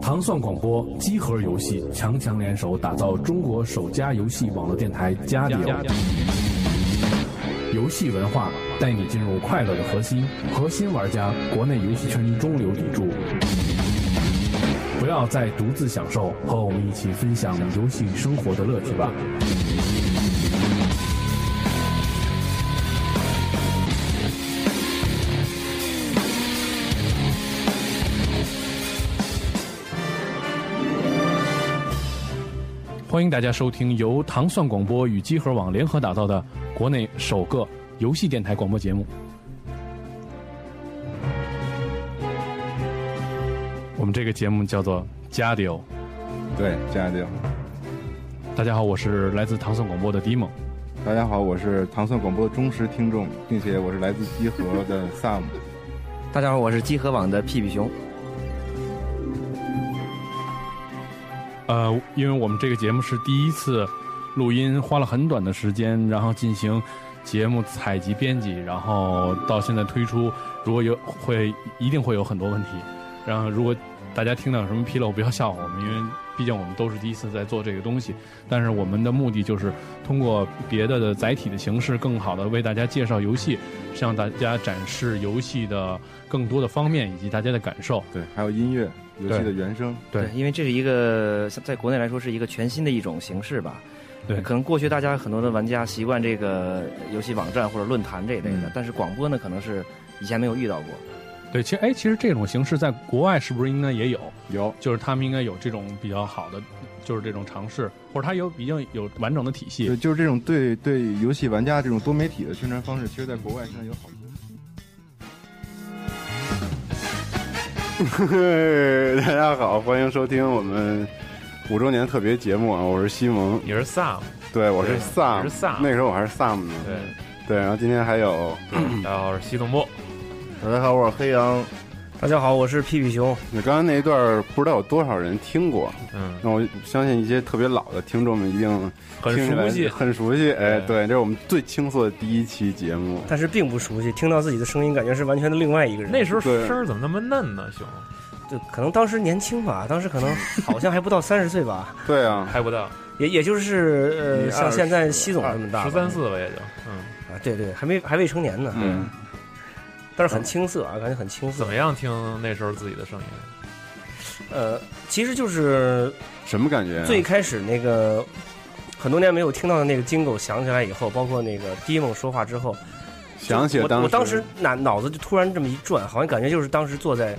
糖蒜广播、机核游戏强强联手，打造中国首家游戏网络电台“加点儿”。游戏文化带你进入快乐的核心，核心玩家，国内游戏圈中流砥柱。不要再独自享受，和我们一起分享游戏生活的乐趣吧。欢迎大家收听由糖蒜广播与机核网联合打造的国内首个游戏电台广播节目。我们这个节目叫做《加迪欧》。对，加油！大家好，我是来自糖蒜广播的迪蒙。大家好，我是糖蒜广播的忠实听众，并且我是来自集合的 Sam。大家好，我是集合网的屁屁熊。呃，因为我们这个节目是第一次录音，花了很短的时间，然后进行节目采集、编辑，然后到现在推出，如果有会一定会有很多问题。然后如果大家听到有什么纰漏，不要笑话我们，因为毕竟我们都是第一次在做这个东西。但是我们的目的就是通过别的的载体的形式，更好的为大家介绍游戏，向大家展示游戏的更多的方面以及大家的感受。对，还有音乐、游戏的原声。对因为这是一个在在国内来说是一个全新的一种形式吧。对可能过去大家很多的玩家习惯这个游戏网站或者论坛这一类的，嗯但是广播呢，可能是以前没有遇到过。对，其实哎，其实这种形式在国外是不是应该也有？有，就是他们应该有这种比较好的，就是这种尝试，或者他有比较有完整的体系就。就是这种对对游戏玩家这种多媒体的宣传方式，其实在国外现在有好多。嘿， 大家好，欢迎收听我们五周年特别节目啊！我是西蒙，你是 Sam，对我是对 Sam，你是 Sam 那时候我还是 Sam 呢。对，对，然后今天还有，大家好，我是西东波，大家好，我是黑羊。大家好，我是屁屁熊。你刚才那一段不知道有多少人听过，嗯，那我相信一些特别老的听众们一定很听起来熟悉，很熟悉。哎，对，对这是我们最轻松的第一期节目。但是并不熟悉，听到自己的声音，感觉是完全的另外一个人。那时候对声儿怎么那么嫩呢？熊对，可能当时年轻吧，当时可能好像还不到三十岁吧，对啊，还不到也也就是你呃，像20现在西总这么大吧，十三四吧，也就，嗯，啊，对对，还没还未成年呢，嗯，但是很青涩啊，感觉很青涩怎。么样听那时候自己的声音？呃，其实就是什么感觉啊？最开始那个很多年没有听到的那个金狗响起来以后，包括那个 Dimon 说话之后，想起了我我当时时脑脑子就突然这么一转，好像感觉就是当时坐在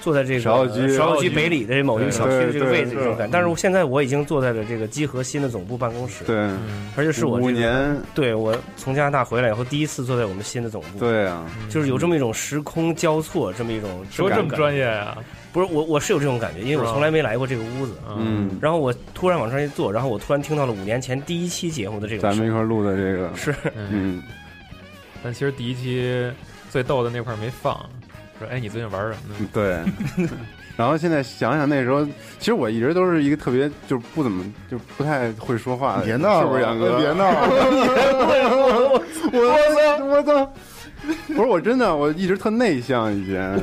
坐在这个芍药居芍药居北里的某一个小区的这个位置对对这种感觉。但是我现在我已经坐在了这个集合新的总部办公室，对嗯，而且是我五这个年，对我从加拿大回来以后第一次坐在我们新的总部，，对啊，就是有这么一种时空交错这么一种说这这种嗯么感觉，专业啊，不是我我是有这种感觉，因为我是吧从来没来过这个屋子。嗯，然后我突然往上一坐，然后我突然听到了五年前第一期节目的这种咱声们一音，块儿录的这个，是嗯，嗯，但其实第一期最逗的那块儿没放，说哎，你最近玩什么呢？ 对。然后现在想想那时候，其实我一直都是一个特别就是不怎么就不太会说话的人，是不是杨哥？别闹！ 了，我我我操！不是我真的，我一直特内向以前，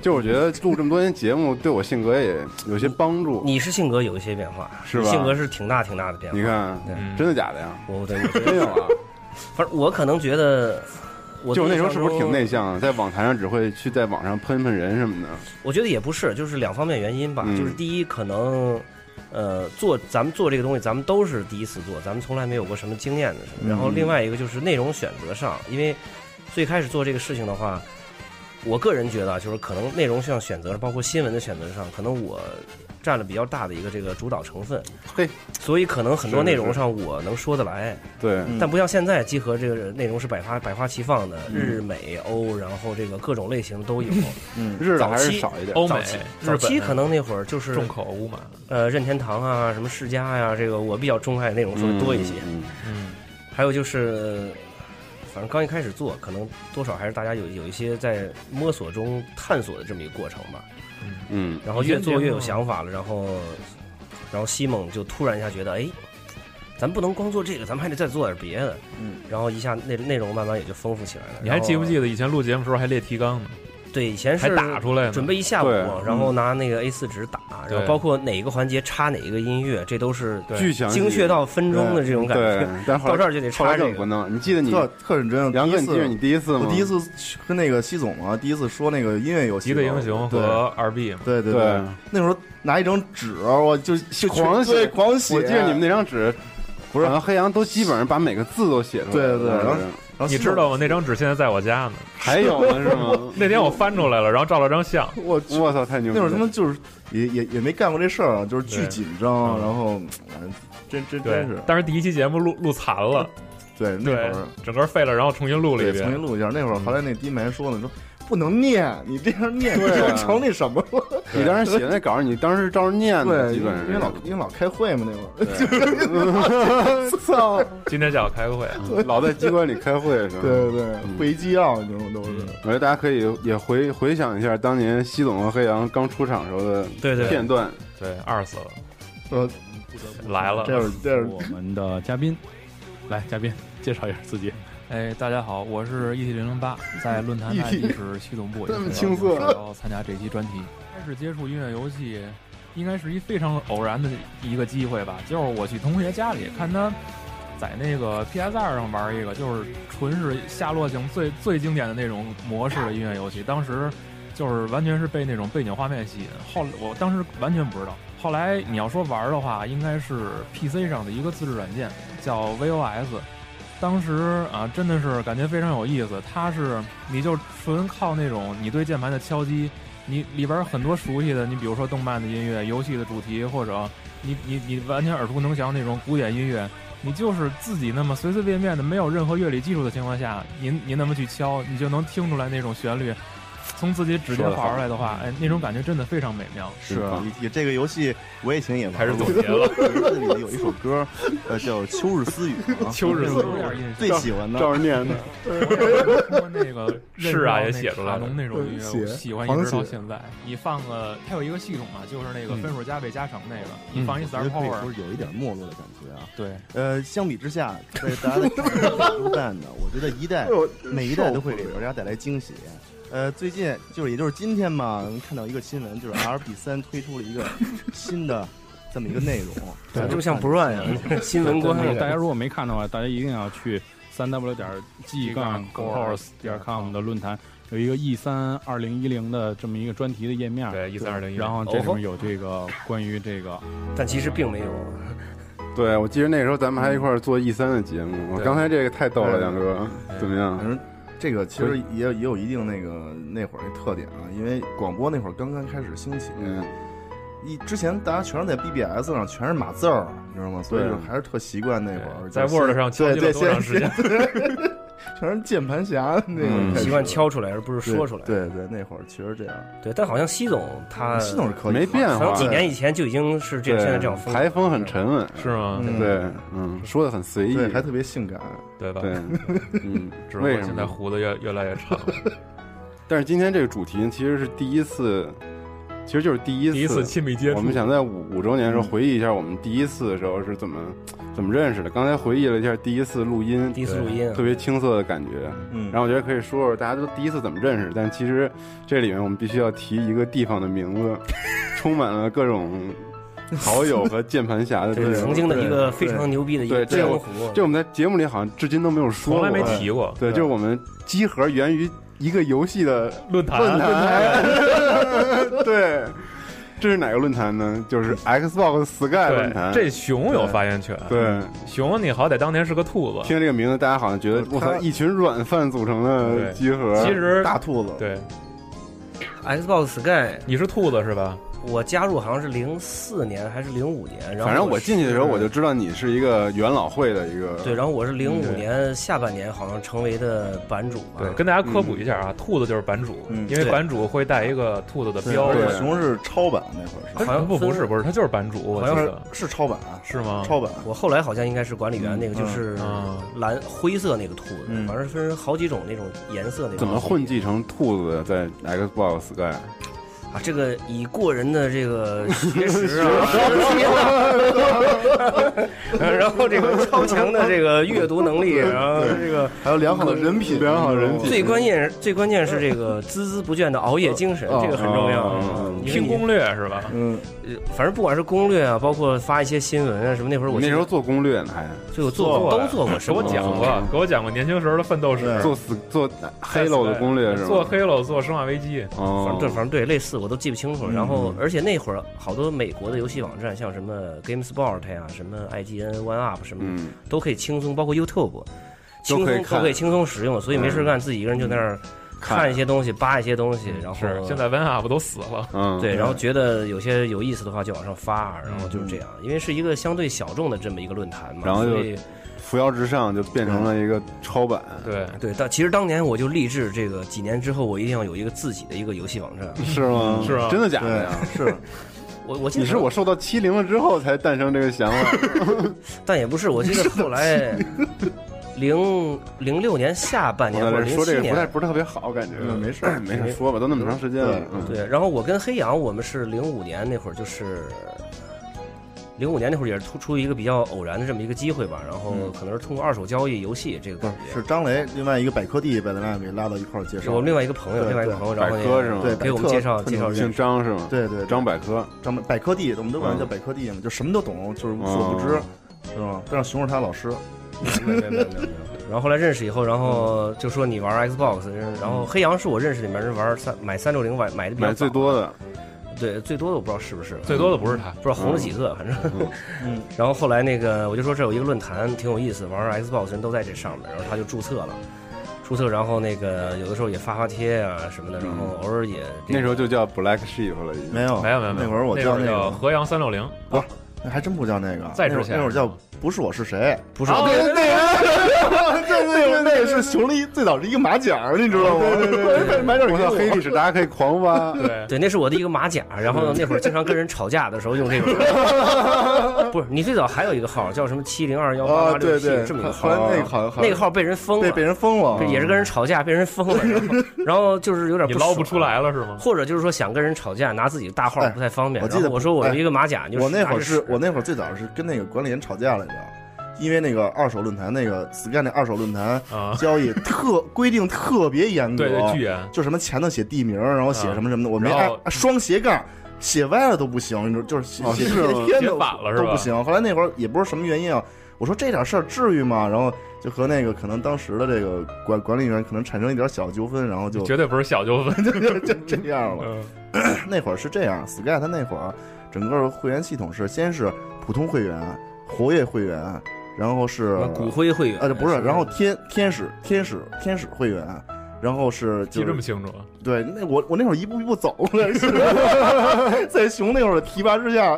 就我觉得录这么多年节目对我性格也有些帮助。你是性格有一些变化，是吧你性格是挺大挺大的变化。你，看，嗯真的假的呀？我对我觉 得真有啊！反正我可能觉得，我就我那时候印是象不是挺中内？向的？在网台上只会去在网上喷喷人什么的。我觉得也不是，就是两方面原因吧。嗯就是第一，可能呃，做咱们做这个东西，咱们都是第一次做，咱们从来没有过什么经验的事。嗯然后另外一个就是内容选择上，因为最开始做这个事情的话，我个人觉得啊就是可能内容上选择，包括新闻的选择上，可能我占了比较大的一个这个主导成分。嘿，所以可能很多是是内容上我能说得来。对，嗯但不像现在集合这个内容是百花百花齐放的，嗯日美欧，然后这个各种类型 都有。嗯，日的还早是期哦少一点。欧美早期、日早期本可能那会儿就是重口无马，呃任天堂啊、什么世嘉呀、这个我比较钟爱那种稍微多一些。嗯，嗯，还有就是，反正刚一开始做，可能多少还是大家有有一些在摸索中探索的这么一个过程吧。嗯，然后越做越有想法了，然后然后西蒙就突然一下觉得，哎，咱不能光做这个，咱们还得再做点别的。嗯，然后一下内内容慢慢也就丰富起来了。你还记不记？记得以前录节目时候还列提纲呢？对，以前还是打出来呢，准备一下午对，嗯然后拿那个 A 4纸打，然后对包括哪个环节插哪个音乐，这都是对巨详细精确到分钟的这种感对 觉。，但后到这来儿就得后插来这更不个，弄。你记得你特特认真。杨哥，第一你次记得你嗯第一次吗？我第一次去跟那个西总嘛，第一次说那个音乐游极戏嘛，乐英雄对和二 B 嘛，对对对，那时候拿一张纸，我就就狂写对狂写。我记得你们那张纸，不是好像黑羊都基本上把每个字都写出来了。对对当时对然后然后你西知总道吗？那张纸现在在我家呢。？还有呢是吗 那天我翻出来了，然后照了张相，我 去我操，太牛！那会儿他们就是也也也没干过这事儿啊，就是巨对紧张，嗯然后哎真真对真是，但是第一期节目录录残了，对那对会儿，整个废了，然后重新录了一对重遍新。录一下。那会儿嗯后来那低梅说呢，说不能念，你这样念你对啊就成那什么了。你当时写那稿儿，你当时照着念的，对，基本因为老上啊因为老开会嘛，那会儿是。操，今天下午开个会啊，老在机关里开会是吧？ 对对对，嗯回纪要那种都是。嗯我觉得大家可以也回回想一下当年西总和黑羊刚出场时候的对对，片段。对，二死了，呃，来了，这是这是我们的嘉宾，来，嘉宾介绍一下自己。哎，大家好，我是 ET 零零八，在论坛 ET 外地是 系总部，这么也是青涩然后参加这期专题。开始接触音乐游戏，应该是一非常偶然的一个机会吧，就是我去同学家里看他在那个 PS 二上玩一个，就是纯是夏洛型最最经典的那种模式的音乐游戏，当时就是完全是被那种背景画面吸引。后来我当时完全不知道，后来你要说玩的话，应该是 PC 上的一个自制软件叫 VOS。当时啊，真的是感觉非常有意思。它是你就纯靠那种你对键盘的敲击，你里边很多熟悉的，你比如说动漫的音乐、游戏的主题，或者你你你完全耳熟能详那种古典音乐，你就是自己那么随随便便的，没有任何乐理基础的情况下，您您那么去敲，你就能听出来那种旋律。从自己指尖划出来的话，嗯哎，那种感觉真的非常美妙。是啊，一提这个游戏我以前也玩开始总过。结 了，这里有一首歌，呃，叫《秋日私语》啊，秋日有点印象。最喜欢的照着念的， 通过那个认是啊到也那写出来卡了农那种音乐，写我喜欢狂一直到写现在。你放个，它有一个系统嘛，就是那个嗯分数加倍加成那个，嗯你放一我觉得可以 power，说是有一点没落的感觉啊。对，呃，相比之下，在大家的传统上都淡的，我觉得一代每一代都会给玩家带来惊喜。呃，最近就是也就是今天嘛，看到一个新闻，就是 R B 三推出了一个新的这么一个内容，呃怎么这么像 Brown 呀？新闻官大家如果没看的话，大家一定要去三 w 点 g 杠 course 点 com 的论坛，有一个 E 三二零一零的这么一个专题的页面。对，一三二零一，然后这里面有这个关于这个，但其实并没有。对我记得那时候咱们还一块儿做 E 三的节目。我对刚才这个太逗了，对杨哥，怎么样反？正这个其实也有也有一定那个那会儿那特点啊，因为广播那会儿刚刚开始兴起，嗯，一之前大家全是在 BBS 上全是码字儿，你知道吗？所以对就还是特习惯那会儿在 Word 上敲对击了对，多长时间？全是键盘侠那嗯个开始习惯敲出来而不是说出来。对对，那会儿确实这样。对，但好像西总他系统是可以没的变好像化几年以前就已经是这对现在这种风格台风很沉稳，是吗？嗯对，嗯，说的很随意，对，还特别性感。对吧？对，嗯， 只不过为什现在么？胡子越越来越长了，但是今天这个主题其实是第一次，其实就是第一第一次亲密接我触们，想在五五周年的时候回忆一下我们第一次的时候是怎么怎么认识的。刚才回忆了一下第一次录音第，一次录音啊特，别青涩的感觉。嗯然后我觉得可以说说大家都第一次怎么认识，但其实这里面我们必须要提一个地方的名 字，充满了各种好友和键盘侠的对这曾种。经的一个非常牛逼的一个对这江我湖，这我们在节目里好像至今都没有说从过，来没提过嗯对，就是我们集合源于一个游戏的论坛 论坛。对，这是哪个论坛呢？就是 Xbox Sky 论对，坛。这嗯熊有发言权。，对，熊你好歹当年是个兔子，听这个名字，大家好像觉得我操，一群软饭组成的嗯对集合。其实大兔子，对， Xbox Sky，你是兔子是吧？我加入好像是零四年还是零五年，然后反正我是进去的时候，我就知道你是一个元老会的一个。对，然后我是零五对年下半年好像成为的版主吧，对，跟大家科普一下啊，兔子就是版主，嗯因为对版主会带一个兔子的对，标而志。且熊是超版那会儿它是，好像不分不是不是，他就是版主，我好记像得是是超版，啊是吗？超版。我后来好像应该是管理员，那个就是嗯蓝灰色那个兔子，嗯反正分好几种那种颜色那种。怎么混迹成兔子在 Xbox Sky？啊，这个以过人的这个学识啊， 然后这个超强的这个阅读能力，然后这个还有良好的人品，良好人品最关键最关键是这个孜孜不倦的熬夜精神，这个很重要。嗯因为哦听你攻略是吧？嗯，呃反正不管是攻略啊，包括发一些新闻啊什么，那会儿我我那时记候得做攻略呢，还就有做过，做都做过给什我么？讲过，哦给我讲过年轻时候的奋斗史。做死做 Halo 的攻略是吗？做黑楼，做生化危机，哦，反正对，反正对，类似我都记不清楚了。然后，而且那会儿好多美国的游戏网站，像什么 GameSpot 呀、什么 IGN、One Up 什么的，嗯，都可以轻松，包括 YouTube，轻松可以都看可以轻松使用。所以没事干，自己一个人就在那儿看一些东西，扒一些东西，然后嗯是现在 One Up 都死了， 嗯，对，然后觉得有些有意思的话就往上发，然后就是这样，因为是一个相对小众的这么一个论坛嘛，然后就所以扶摇直上就变成了嗯一个超版，对，对，但其实当年我就立志，这个几年之后我一定要有一个自己的一个游戏网站。是吗？是啊嗯真的假的呀？是我我记得你是我，受到欺凌了之后才诞生这个想法， 但也不是，我记得 后来 零零六年下半我在年或者这零说这七个不太哎年，啊不是特别好，感觉嗯没事没事说吧，都那么长时间了，嗯对，然后我跟黑羊，我们是零五年那会儿，就是零五年那会儿也是突出于一个比较偶然的这么一个机会吧，然后嗯可能是通过二手交易游戏这个不是感觉，是张雷另外一个百科帝把咱俩给拉到一块儿介是绍我，们另外一个朋友，对另外一个朋友，然百后科是那吗？对个给我们介绍百科介绍特认姓识，张是吗？对对，张百科，张百科帝，我们都管他叫嗯百科帝嘛，就什么都懂，就是无所不知，哦知道吗？但是熊是他老师，没有没有没有没有没有。然后后来认识以后，然嗯后就说你玩 Xbox，然呃后黑羊是我认识里面人玩三买三六零买买的比较买最早多的，对，最多的我不知道是不是，最多的不是他，不知道红了几个，反正。嗯， 然后后来那个我就说这有一个论坛挺有意思，玩 Xbox 人都在这上面，然后他就注册了，注册，然后那个有的时候也发发贴啊什么的，然后偶尔也那时候就叫 Black Sheep 了，已没经。有没有没有没有，那会儿我那叫会儿那叫个，河阳三六零，那还真不叫那个，在之那会儿前那会儿叫不是我是谁，不是啊我对对对 对，那个是 熊了一最早是一个马甲，你知道吗？马甲我叫黑历史，大家可以狂挖。啊对，对，那是我的一个马甲，然后那会儿经常跟人吵架的时候用这个。不是，你最早还有一个号叫什么七零二幺八八啊，六对哦七对，这么一个号后，来哎那个好像那个号被人封被了，被人封了，啊对也是跟人吵架，被人封了，然后然后就是有点 你捞不不爽出。来了是 吗？或者就是说想跟人吵架，拿自己的大号不太方便。哎我记得然后我说我是一个马甲，你就我那会儿是是我那会儿最早是跟那个管理人吵架来着，因为那个二手论坛，那个 Sky 那二手 论坛啊，交易特规定特别严格，对对，巨严，就什么前头写地名，然后写什么什么的，我没然按啊后双斜杠。写歪了都不行，你知道，就是写哦写是吗 写偏写都反了是吧都不行。后来那会儿也不知道什么原因啊，我说这点事儿至于吗？然后就和那个可能当时的这个管管理员可能产生一点小纠纷，然后就绝对不是小纠纷。就就 就这样了。嗯那会儿是这样，Sky 它那会儿啊整个会员系统是先是普通会员、活跃会员，然后是骨灰会员，呃不是，然后天天使天使天使会员，然后是记就这么是清楚，对那我我那会儿一步一步走过来，是吧 在熊那会儿的提拔之下，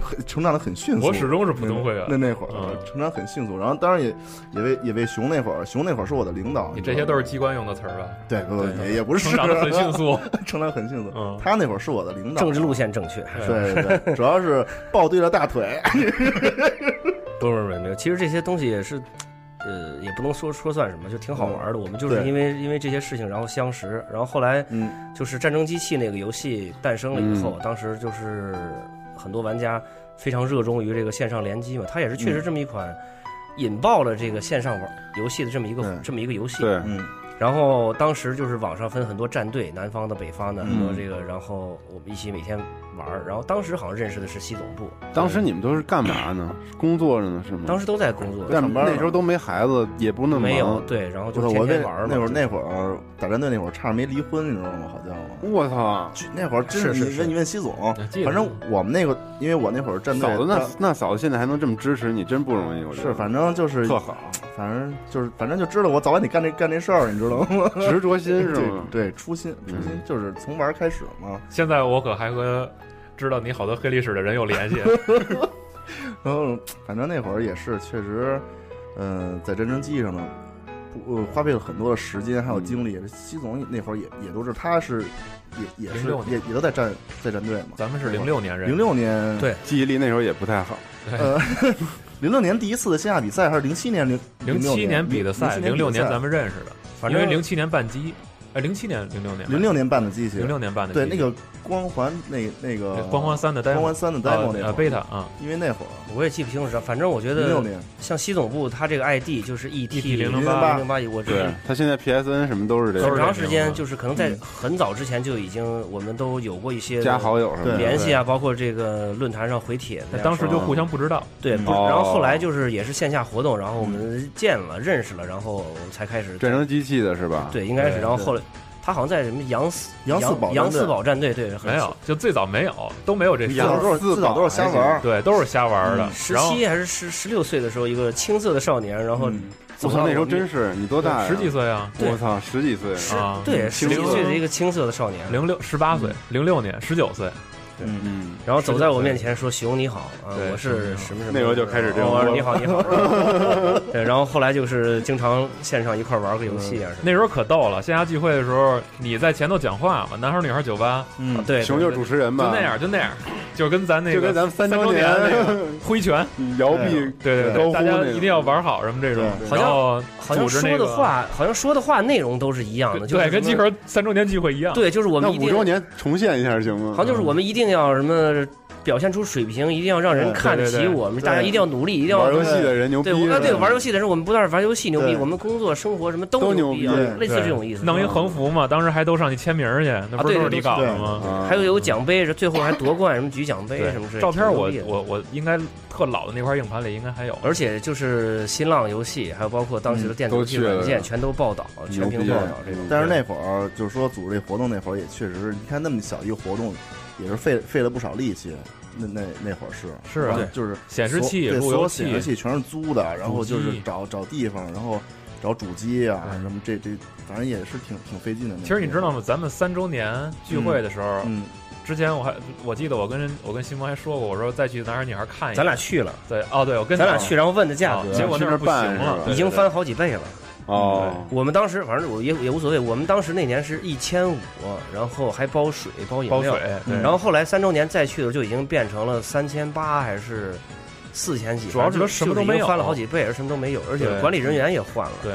很成长的很迅速。我始终是普通会那员。那会儿嗯成长很迅速，然后当然也也为也为熊那会儿，熊那会儿是我的领导。你知这道些吗都是机关用的词儿吧？对，不不对也也不是啊成长的很迅，速， 成长很迅速。嗯，他那会儿是我的领导，政治路线正确。对对对 对，主要是抱对了大腿。嗯不是不是没有，其实这些东西也是，呃，也不能说说算什么，就挺好玩的。我们就是嗯对因为因为这些事情，然后相识，然后后来嗯，就是战争机器那个游戏诞生了以后，当时就是很多玩家非常热衷于这个线上联机嘛，它也是确嗯实这么一款引爆了这个线上玩游戏的这么一个对这么一个游戏。对，嗯，然后当时就是网上分很多战队，南方的、北方的，嗯很多这个，然后我们一起每天玩儿。然后当时好像认识的是西总部，当时你们都是干嘛呢？工作着呢是吗？当时都在工作，但上班了那时候都没孩子，也不那么忙没有。对，然后不就是天我天那玩儿嘛。那会儿那会儿打战队那会儿差点没离婚，你知道吗？好家伙，我操！去那会儿真是是你是问你问西总，记得反正我们那个，因为我那会儿战队嫂子那他那嫂子现在还能这么支持你，真不容易，我觉得是反正就是特好，反正就是反正就知道我早晚得干这干这事儿，你知道吗？执着心是对吗？对，初心初心嗯就是从玩儿开始嘛。现在我可还和知道你好多黑历史的人有联系。然后反正那会儿也是确实，嗯，在战争机上呢，不呃花费了很多的时间还有精力。西总那会儿也也都是，他是也也是06也也都在战在战队嘛。咱们是零六年人，零六年对记忆力那时候也不太好，零六年第一次的线下比赛还是零七年零零六七年比的赛，零零六年年咱们们认识的，反因为正零七年办机，哎，零七年、零六年吧、零六年办的机器，零六年办的对机那器个光环那那个光环三的 demo，光环三的 demo 那呃会儿， beta 啊因为那会儿我也记不清楚啥，反正我觉零六得年像西总部他这个 ID 就是 ET 008零八一，我知对道。他现在 PSN 什么都是这很个嗯长时间就是可能在很早之前就已经我们都有过一些加好友什么的对联系啊，包括这个论坛上回帖那的。当时就互相不知道，对，不哦嗯然后后来就是也是线下活动，然后我们见了、认识了，然后才开始战争机器的是吧？，对，应该是。对然后后来他好像在什么杨四杨四宝杨战队四宝战队，对，很没有，就最早没有，都没有这事自儿早都是四自早都是瞎玩儿，对，都是瞎玩儿的。嗯十然后七还啊是十十六岁的时候，一个青涩的少年，然嗯后我走到操，那时候我们真是你多大呀？十几，岁啊，对我操，十几岁，十啊对青十几涩岁的一个青涩的少年，零六十八岁，零六年十九岁，嗯，然后走在我面前说：“熊你好啊，对我是什么什么。”哦那时候就开始这种我说：“你好，你好。” 对，然后后来就是经常线上一块玩个游戏嗯啊什么那时候可逗了。线下聚会的时候，你在前头讲话嘛，男孩儿女孩儿酒吧，的。对，熊就是主持人就嘛，那样，就那样，就跟咱那就个跟咱们三周周年年那 个挥拳，摇臂对对高对，呼大那家个一定要玩好什么这种，对对然后好像组织说那的个话，好像说的话内容都是一样的，就是对，跟什集么合三周年聚会一样，对，就是我那们一五定周年重现一下行吗？好像就是我们一定要什么表现出水平，一定要让人对看得对起对我们，大家对一定要努力，一定要玩游戏的人牛逼对，我，是吧啊对玩游戏的人，我们不但是玩游戏牛逼，对我们工作、生活什么都都牛牛逼啊逼，类似这种意思。弄一横幅嘛，当时还都上去签名儿去，那不是啊对都是对你搞对的吗？啊还有有奖杯，最后还夺冠，什么举奖杯对什么之类的。照片我挺牛逼的我我应该特老的那块硬盘里应该还有，而且就是新浪游戏，还有包括当时的电子游嗯戏都去了软件，全都报道，牛全逼啊屏报道这种。但是那会儿就是说组织这活动那会儿也确实是，你看那么小一个活动，也是费费了不少力气。那那那会儿是是啊完就是显示器、所对路所由有显示器，器全是租的，然后就是找找地方，然后找主机啊对什么这这，反正也是挺挺费劲的。其实你知道？吗？咱们三周年聚会的时候，嗯，之前我还我记得我跟我跟新萌还说过，我说再去男孩女孩看一下。咱俩去了，对哦，对我跟咱俩去，然后问的价啊格，结果那儿不行了，对已经翻好几倍了。哦，我们当时反正我也也无所谓，我们当时那年是一千五，然后还包水包饮包料水，，对然后后来三周年再去的时候就已经变成了三千八还是四千几，主要是反正就什么都没就是已有经翻了好几倍，而什么都没有，而且对管理人员也换了。对，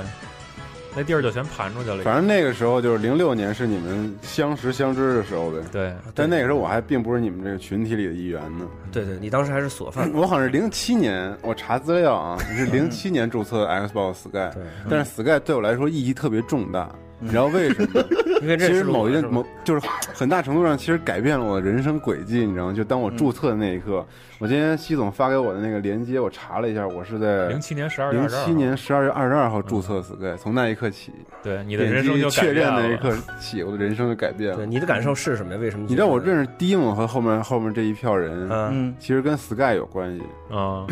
那地儿就全盘出去了。反正那个时候就是零六年是你们相识相知的时候呗。对，但那个时候我还并不是你们这个群体里的一员呢，对对，你当时还是锁 饭 ，我好像是零七年，我查资料 啊，你是零七年注册的 Xbox Sky，对，但是 Sky 对我来说意义特别重大，嗯你知道为什 么？因为其认识实了某我一任是吧某就是很大程度上，其实改变了我的人生轨迹，你知道吗？就当我注册的那一嗯刻，我今天西总发给我的那个链接，我查了一下，我是在零。七年十二月零二十二，七年十二月二十二号注册 Sky，、从那一刻起，对你的点人击生就改确变认了。那一刻起，我的人生就改变了对。你的感受是什么呀？为什么你知道我认识 Demon 和后面后面这一票人，嗯嗯，其实跟 Sky 有关系，啊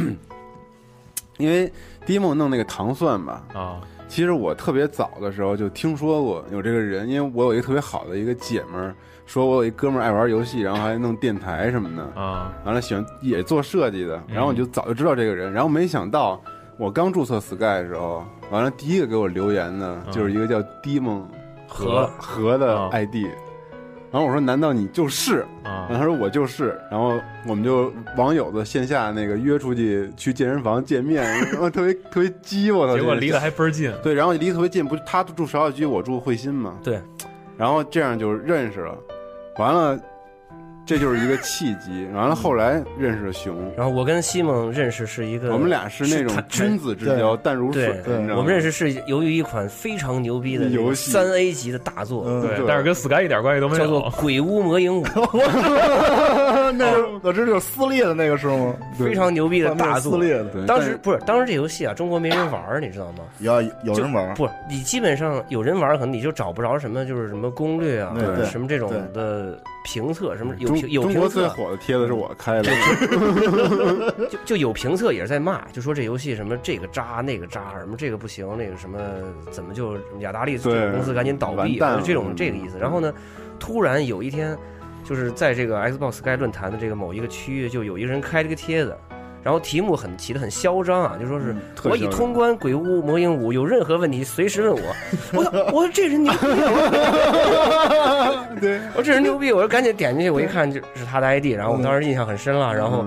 因为 Demon 弄那个糖蒜吧，啊其实我特别早的时候就听说过有这个人，因为我有一个特别好的一个姐们儿，说我有一哥们儿爱玩游戏，然后还弄电台什么的，啊！完了喜欢也做设计的，然后我就早就知道这个人，然后没想到我刚注册 Sky 的时候，完了第一个给我留言的嗯就是一个叫 Demon 和和的啊 ID，然后我说难道你就是？ 然后啊他说我就是，然后我们就网友的线下那个约出去去健身房见面， 然后特别特别激我操，结果这离得还倍儿近，对，嗯然后离得特别近，不是他住芍药居，我住惠新嘛，对，然后这样就认识了，完了，这就是一个契机，完了后来认识了熊，然后我跟西蒙认识是一个，我们俩是那种是他君子之交，淡如水，对你知道吗我们认识是由于一款非常牛逼的游戏三 A 级的大作，嗯对对， 但是跟 Sky 一点关系都没叫做有《鬼屋魔影五》，那是我知道就是撕裂的那个是吗？非常牛逼的大撕作。裂的，对，当时不是，当时这游戏啊，中国没人玩儿，你知道吗？要有人玩儿，不，你基本上有人玩儿，可能你就找不着什么，就是什么攻略啊，对什么这种的评测，什么有嗯中评有中评国最测，火的帖子是我开的，就就有评测也是在骂，就说这游戏什么这个渣那个渣，什么这个不行，那个什么怎么就雅达利这对个公司赶紧倒闭，完蛋了嗯就这种这个意思。然后呢，突然有一天，就是在这个 Xbox Sky 论坛的这个某一个区域，就有一个人开了个帖子。然后题目很起的很嚣张啊，就说是嗯特我嚣已张通关《鬼屋魔影五》，有任何问题随时问我。我操，我说这人牛逼啊， 对 我说这人牛逼，我说赶紧点进去，我一看就是他的 ID，然后嗯我当时印象很深了，然后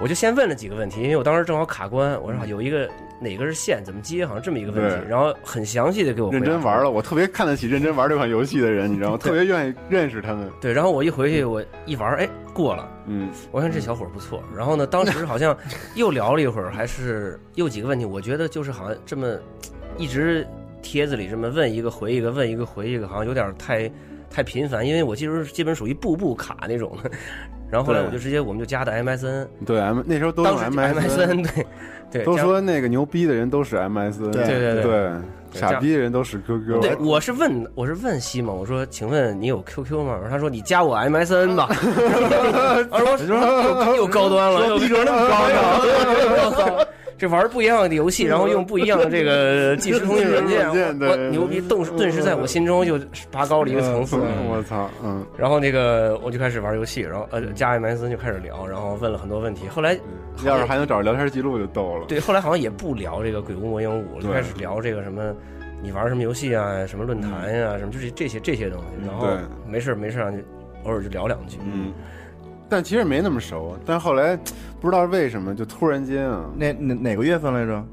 我就先问了几个问题，因为我当时正好卡关，我说有一个哪个是线，怎么接，好像这么一个问题。嗯对然后很详细的给我回认答真玩了，我特别看得起认真玩这款游戏的人，你 知道吗？特别愿意认识他们。对，然后我一回去，我一玩，哎，过了。嗯，我看这小伙儿不错。然后呢，当时好 像又聊了一会儿，还是又几个问题。我觉得就是好像这么一直帖子里这么问一个回一个，问一个回一个，好像有点太太频繁。因为我其实基本属于步步卡那种 的。然后后来对我就直接我们就加的 MSN，对，M 那时候都用当时 MSN，对 对，都加说那个牛逼的人都使 MSN，对对对对傻逼的人都使对， QQ。我是问我是问西蒙，我说请问你有 QQ 吗？他说你加我 MSN 吧。我说又又高端了，又逼格那么高呢。 这玩不一样的游戏，然后用不一样的这个即时通讯软件，即时软件对我牛逼，顿时顿时在我心中就拔高了一个层次。嗯我操，嗯，然后那个我就开始玩游戏，然后呃加 MSN 就开始聊，然后问了很多问题。后来要是还能找着聊天记录就逗了。对，后来好像也不聊这个鬼屋魔影舞了，就对嗯开始聊这个什么你玩什么游戏啊，什么论坛呀、什么就是这些这些东西。然后对没事儿没事儿啊就偶尔就聊两句。嗯，但其实没那么熟，但后来不知道为什么就突然间啊，哪哪哪个月份来着？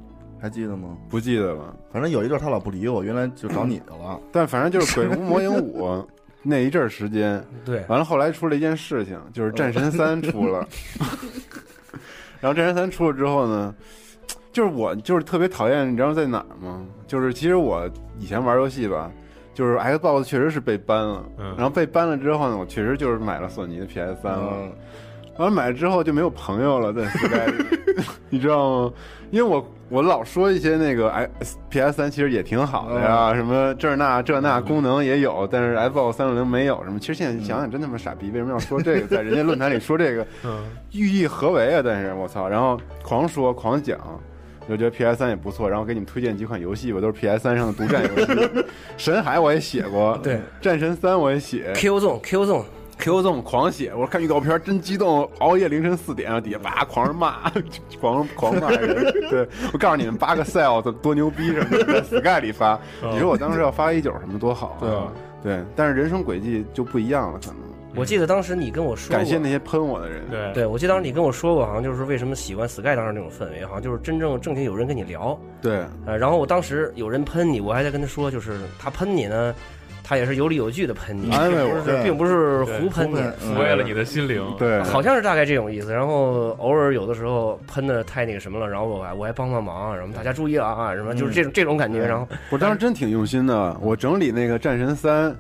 还记得吗？不记得了。反正有一阵儿他老不理我，原来就找你去了。但反正就是鬼屋魔影舞那一阵儿时间，对，完了后来出了一件事情，就是《战神三》出了，然后《战神三》出了之后呢，就是我就是特别讨厌，你知道在哪儿吗？就是其实我以前玩游戏吧，就是 Xbox 确实是被 ban 了，嗯然后被 ban 了之后呢，我确实就是买了索尼的 PS 三了。嗯完了买了之后就没有朋友了，在 Sky，你 知道吗？因为我我老说一些那个哎 S PS 三其实也挺好的呀，嗯什么这那这那功能也有，但是 Xbox 三六零没有什么。其实现在想想真他妈傻逼，为什么要说这个？在人家论坛里说这个， 嗯，寓意何为啊？但是我操，然后狂说狂讲，我就觉得 PS 三也不错，然后给你们推荐几款游戏吧，都是 PS 三上的独占游 戏。神海我也写过，对，战神三我也写 Q 纵 Q 纵， Q 纵狂写，我看预告片真激动，熬夜凌晨四点，然后底下哇狂骂， 狂狂骂人。对我告诉你们，八个 cell 怎么多牛逼什么的，在 Sky 里发，你说我当时要发一九什么多好对啊啊？对，但是人生轨迹就不一样了，可能我记得当时你跟我说过，感谢那些喷我的人。对对我记得当时你跟我说过，好像就是为什么喜欢 Sky 当时那种氛围，好像就是真正正经有人跟你聊。对呃，然后我当时有人喷你，我还在跟他说，就是他喷你呢，他也是有理有据的喷你，安慰并我不嗯是对嗯并不是对胡喷你。抚慰了你的心灵。对，好像是大概这种意思。然后偶尔有的时候喷的太那个什么了，然后我还我还帮帮忙，然后大家注意了啊，什么嗯就是这种这种感觉。然后我当时真挺用心的，我整理那个《战神三》，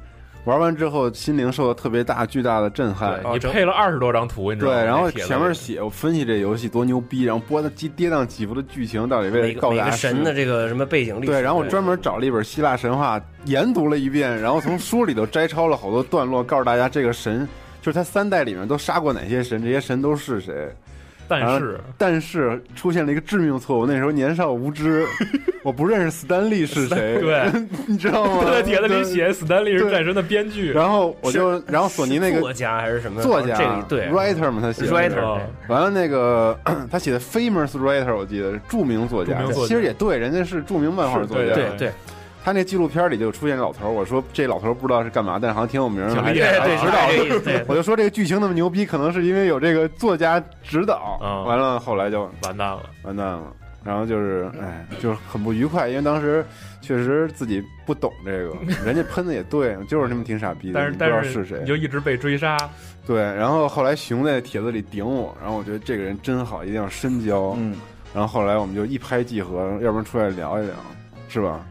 玩完之后心灵受到特别大巨大的震撼。对你配了二十多张图，你知对道吗？，然后那帖子前面里写我分析这游戏多牛逼，然后播的激跌宕起伏的剧情到底为每了个告每诉大个家神的这个什么背景历史，对，然后我专门找了一本希腊神话，研读了一遍，然后从书里头摘抄了好多段落，告诉大家这个神就是他三代里面都杀过哪些神，这些神都是谁。但是但是出现了一个致命错误，那时候年少无知，我不认识斯丹利是谁，对，你知道吗？他在帖子里对。写斯丹利是对战神的编剧，然后我就，然后索尼那作个家还是什么作家这里对 writer 嘛，他写的 writer 哦对完了，那个 他写的 famous writer，我记得是著名作著家，名作家其实也对，人家是著名漫画是作家。对对对，他那纪录片里就出现老头儿，我说这老头儿不知道是干嘛，但是好像挺有名儿的，挺还厉害的还对指导这个意思对我就说这个剧情那么牛逼，可能是因为有这个作家指导。嗯完了，后来就完蛋了。完蛋了，然后就是嗯哎，就是很不愉快，因为当时确实自己不懂这 个，人家喷的也对，就是他们挺傻逼的，但是你不知道但是是谁你。就一直被追杀，对，然后后来熊在帖子里顶我，然后我觉得这个人真好，一定要深交。嗯，然后后来我们就一拍即合，要不然出来聊一聊，是 吧？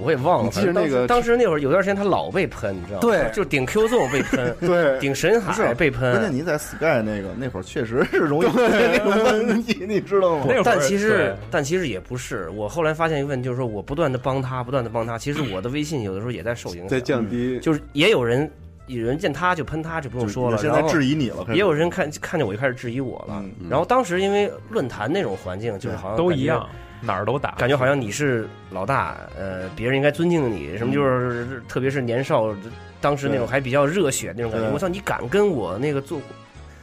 我也忘了。你记得反正那个当时当时那会儿有段时间他老被喷，你知道吗？对，就顶 Q 纵被喷 对，顶神不是海被关键喷。你在 Sky 那个那会儿确实是容易出现这种问题，你知道吗？那会儿但其实对，但其实也不是。我后来发现一个问题，就是说我不断的帮他，不断的帮他。其实我的微信有的时候也在受影响，在降低。就是也有人有人见他就喷他，就不用说了。现在然后质疑你了，开始也有人看看见我就开始质疑我了。嗯然后当时因为论坛那种环境，就是好像都感觉一样，，啊哪儿都打，感觉好像你是老大，呃，别人应该尊敬你，嗯什么就是特别是年少，当时那种还比较热血那种感觉。对我操，你敢跟我那个做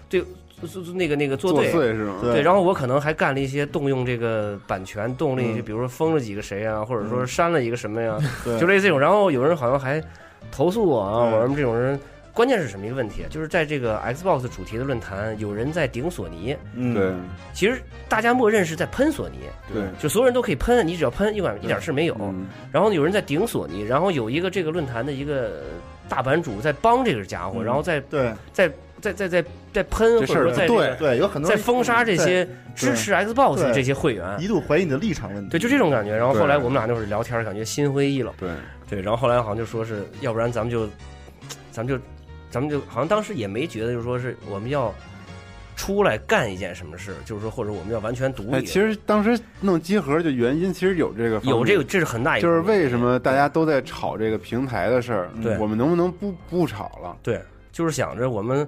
对做做做那个那个作作对。祟是吗？对对，然后我可能还干了一些动用这个版权，动了嗯一些，比如说封了几个谁啊，或者 说删了一个什么呀，对就类似这种。然后有人好像还投诉我啊，嗯对我们这种人，关键是什么一个问题啊？就是在这个 Xbox 主题的论坛，有人在顶索尼，嗯对其实大家默认是在喷索尼，对，就所有人都可以喷，你只要喷，一管一点事没有。嗯然后有人在顶索尼，然后有一个这个论坛的一个大版主在帮这个家伙，然后在对在在在在在喷，嗯这或事者儿说在这个对，有很多在人封杀这些支持 Xbox 的对这些会员对，一度怀疑你的立场问题，对，就这种感觉。然后后来对我们俩那会儿聊天，感觉心灰意冷。对，对，然后后来好像就说是要不然咱们就，咱们就，咱们就好像当时也没觉得，就是说是我们要出来干一件什么事，就是说或者我们要完全独哎，立。其实当时弄集合就原因其实有这个方面有这个，，这是很大一个就是原因为什么大家都在吵这个平台的事儿，对我们能不能不不吵了？对，就是想着我们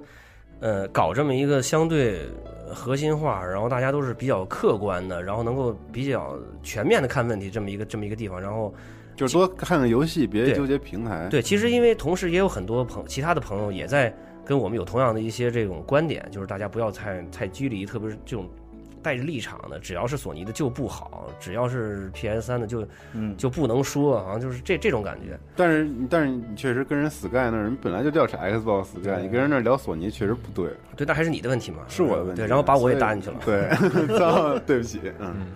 呃搞这么一个相对呃核心化，然后大家都是比较客观的，然后能够比较全面的看问题这么一个这么一个地方，然后。就是多看看游戏，别对纠结平台。对，其实因为同时也有很多朋其他的朋友也在跟我们有同样的一些这种观点，就是大家不要太太拘泥，特别是这种带着立场的，只要是索尼的就不好，只要是 PS 三的就嗯，就不能说，好像就是这这种感觉。但是但是你确实跟人 Sky 那儿人本来就调查 Xbox Sky，你跟人那儿聊索尼确实不 对，对，但还是你的问题嘛，是我的问题。对，然后把我也所以搭进去了。对， 操，对不起，嗯，嗯，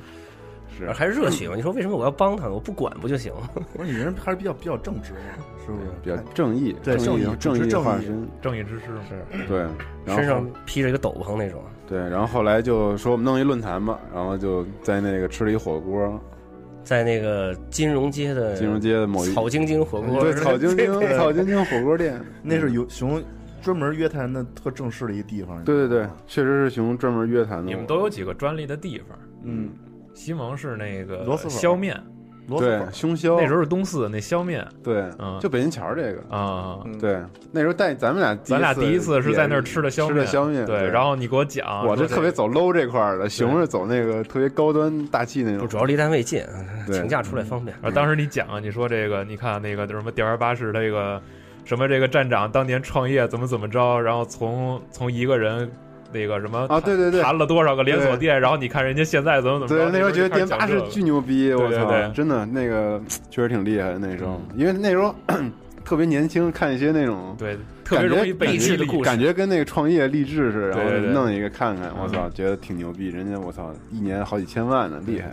是还是热血嘛？你说为什么我要帮他呢？我不管不就行吗？不是你人还是比较比较正直嘛，是不是？比较正义，哎对正正义正主持正义化身， 正义之师嘛，对，然后身上披着一个斗篷那种，对，然后后来就说我们弄一论坛吧，然后就在那个吃了一火锅，在那个金融街的金融街的某一草晶晶火锅， 对草晶晶草晶晶火锅店，那嗯是有熊专门约谈的特正式的一个地方。对对对，确实是熊专门约谈的。嗯你们都有几个专利的地方。嗯，西蒙是那个螺蛳粉削面，螺蛳对粉，胸销那时候是东四那削面对嗯，就北京桥这个。啊。嗯，对，那时候带咱们俩，咱俩第一次是在那儿吃的削吃面，的削面，对。然后你给我讲，我这是特别走 low 这块儿的，熊是走那个特别高端大气那不种主。要离单位近，对嗯请假出来方便。啊，当时你讲啊，你说这个，你看那个什么调查巴士这个什么这个站长当年创业怎么怎么着，然后从从一个人那个什么啊，对对对，谈了多少个连锁店，然后你看人家现在怎么怎么对，着，那时候觉得就开电始讲巴这是个巨牛逼，我对对嗯操，对真的那个确实挺厉害的那时候，因为那时候 特别年轻，看一些那种对，特别容易被感觉激励感觉跟那个创业励志似的，对然后对对弄一个看看，嗯我操，觉得挺牛逼，人家我操，一年好几千万呢，厉害，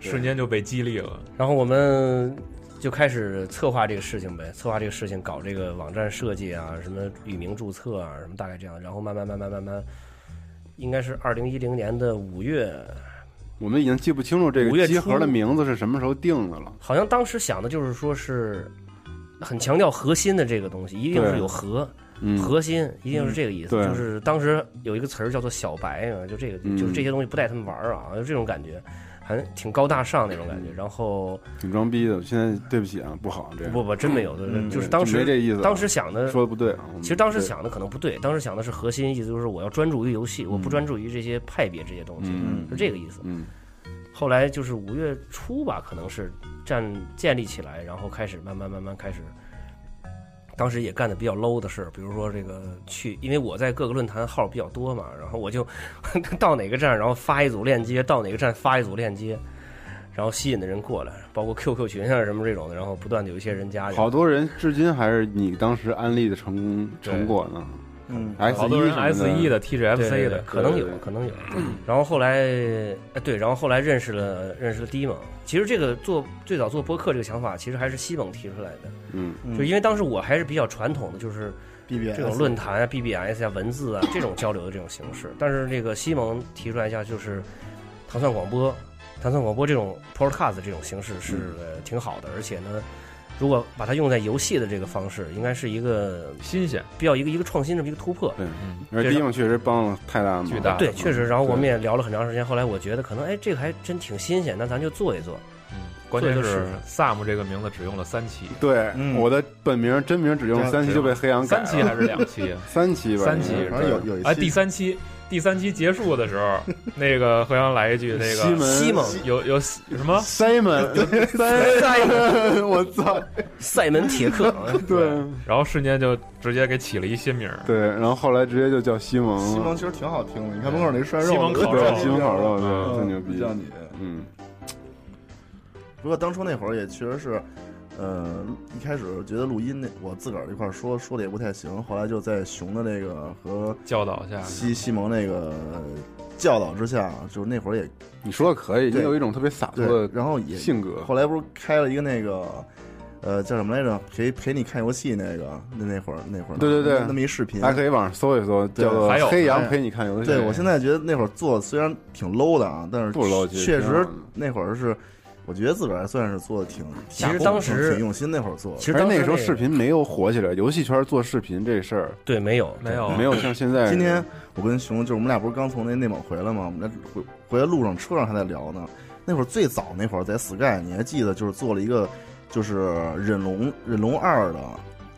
瞬间就被激励了。然后我们就开始策划这个事情呗，策划这个事情，搞这个网站设计啊，什么域名注册啊，什么大概这样。然后慢慢慢慢慢慢，应该是二零一零年的五月，我们已经记不清楚这五月个初集合的名字是什么时候定的了，好像当时想的就是说是很强调核心的这个东西，一定是有核嗯，核心，一定是这个意嗯思。对就是当时有一个词儿叫做“小白”啊，就这个，嗯就是这些东西不带他们玩儿啊，就这种感觉。还挺高大上那种感觉，嗯然后挺装逼的，现在对不起啊，不好这不样，不不，真没有，嗯就是当没这时意思啊，当时想的说的不对啊，我们其实当时对想的可能不对，当时想的是核心意思就是我要专注于游戏，我不专注于这些派别这些东西，嗯是这个意思。嗯，后来就是五月初吧，可能是站建立起来，然后开始慢慢慢慢开始，当时也干的比较 low 的事儿，比如说这个去，因为我在各个论坛号比较多嘛，然后我就 到哪个站，然后发一组链接，到哪个站发一组链接。然后吸引的人过来，包括 QQ 群啊什么这种的，然后不断的有一些人加进来好多人至今还是你当时安利的成功对成果呢嗯， ，S E 好多人 S 一一的对 TGFC 对对的，可能有对对对，可能有。然后后来，呃，对，然后后来认识了认识了 D 猛。其实这个做最早做播客这个想法，其实还是西蒙提出来的。嗯，就因为当时我还是比较传统的，就是 B B 这种论坛啊、BBS 啊、文字啊这种交啊流的这种形式。但是这个西蒙提出来一下，就是糖蒜广播、糖蒜广播这种 podcast 这种形式是呃挺好的，而且呢。如果把它用在游戏的这个方式，应该是一个新鲜，比较一个一个创新这么一个突破。嗯，而对迪梦确实帮了太大忙，巨大嗯对，确实。然后我们啊嗯对也聊了很长时间。后来我觉得可能，哎，这个还真挺新鲜，那咱就做一做。嗯关键做就是是 Sam 这个名字只用了三期，对，嗯我的本名真名只用对三期就被黑羊改三了，期还是两 期？三期吧，三期应反该正是有有一哎啊，期第三期，第三期结束的时候，那个何阳来一句那西个门西蒙、有有什么？ Simon 塞 Simon，我操，塞门铁克，对然后瞬间就直接给起了一新名儿，对，然后后来直接就叫西蒙西蒙了，其实挺好听的，你看门口那涮肉，西蒙烤肉嗯对，西蒙烤肉，嗯对，真牛嗯不叫逼，你。嗯，不过当初那会儿也确实是，呃，一开始觉得录音那我自个儿一块儿说说的也不太行，后来就在熊的那个和教导下，西西蒙那个教导之下，就是那会儿也你说的可以，你对有一种特别洒脱对，的然后也性格。后来不是开了一个那个，呃，叫什么来着？陪陪你看游戏那个，那那会儿那会儿，对对对那么一视频。大家可以网上搜一搜，对叫做还有《黑羊哎陪你看游戏》。对我现在觉得那会儿做虽然挺 low 的啊，但是不 low，其实确挺好实的那会儿是，我觉得自个儿还算是做的挺，其实当时挺用心那会儿做 的其。实而当嗯那时个时候那视频没有火起来，游戏圈做视频这事儿对没有没有没有像现在。今天我跟熊就是我们俩不是刚从那内蒙回来吗？我们俩回回来路上车上还在聊呢。那会儿最早那会儿在 Sky，你还记得就是做了一个就是忍龙忍龙二的，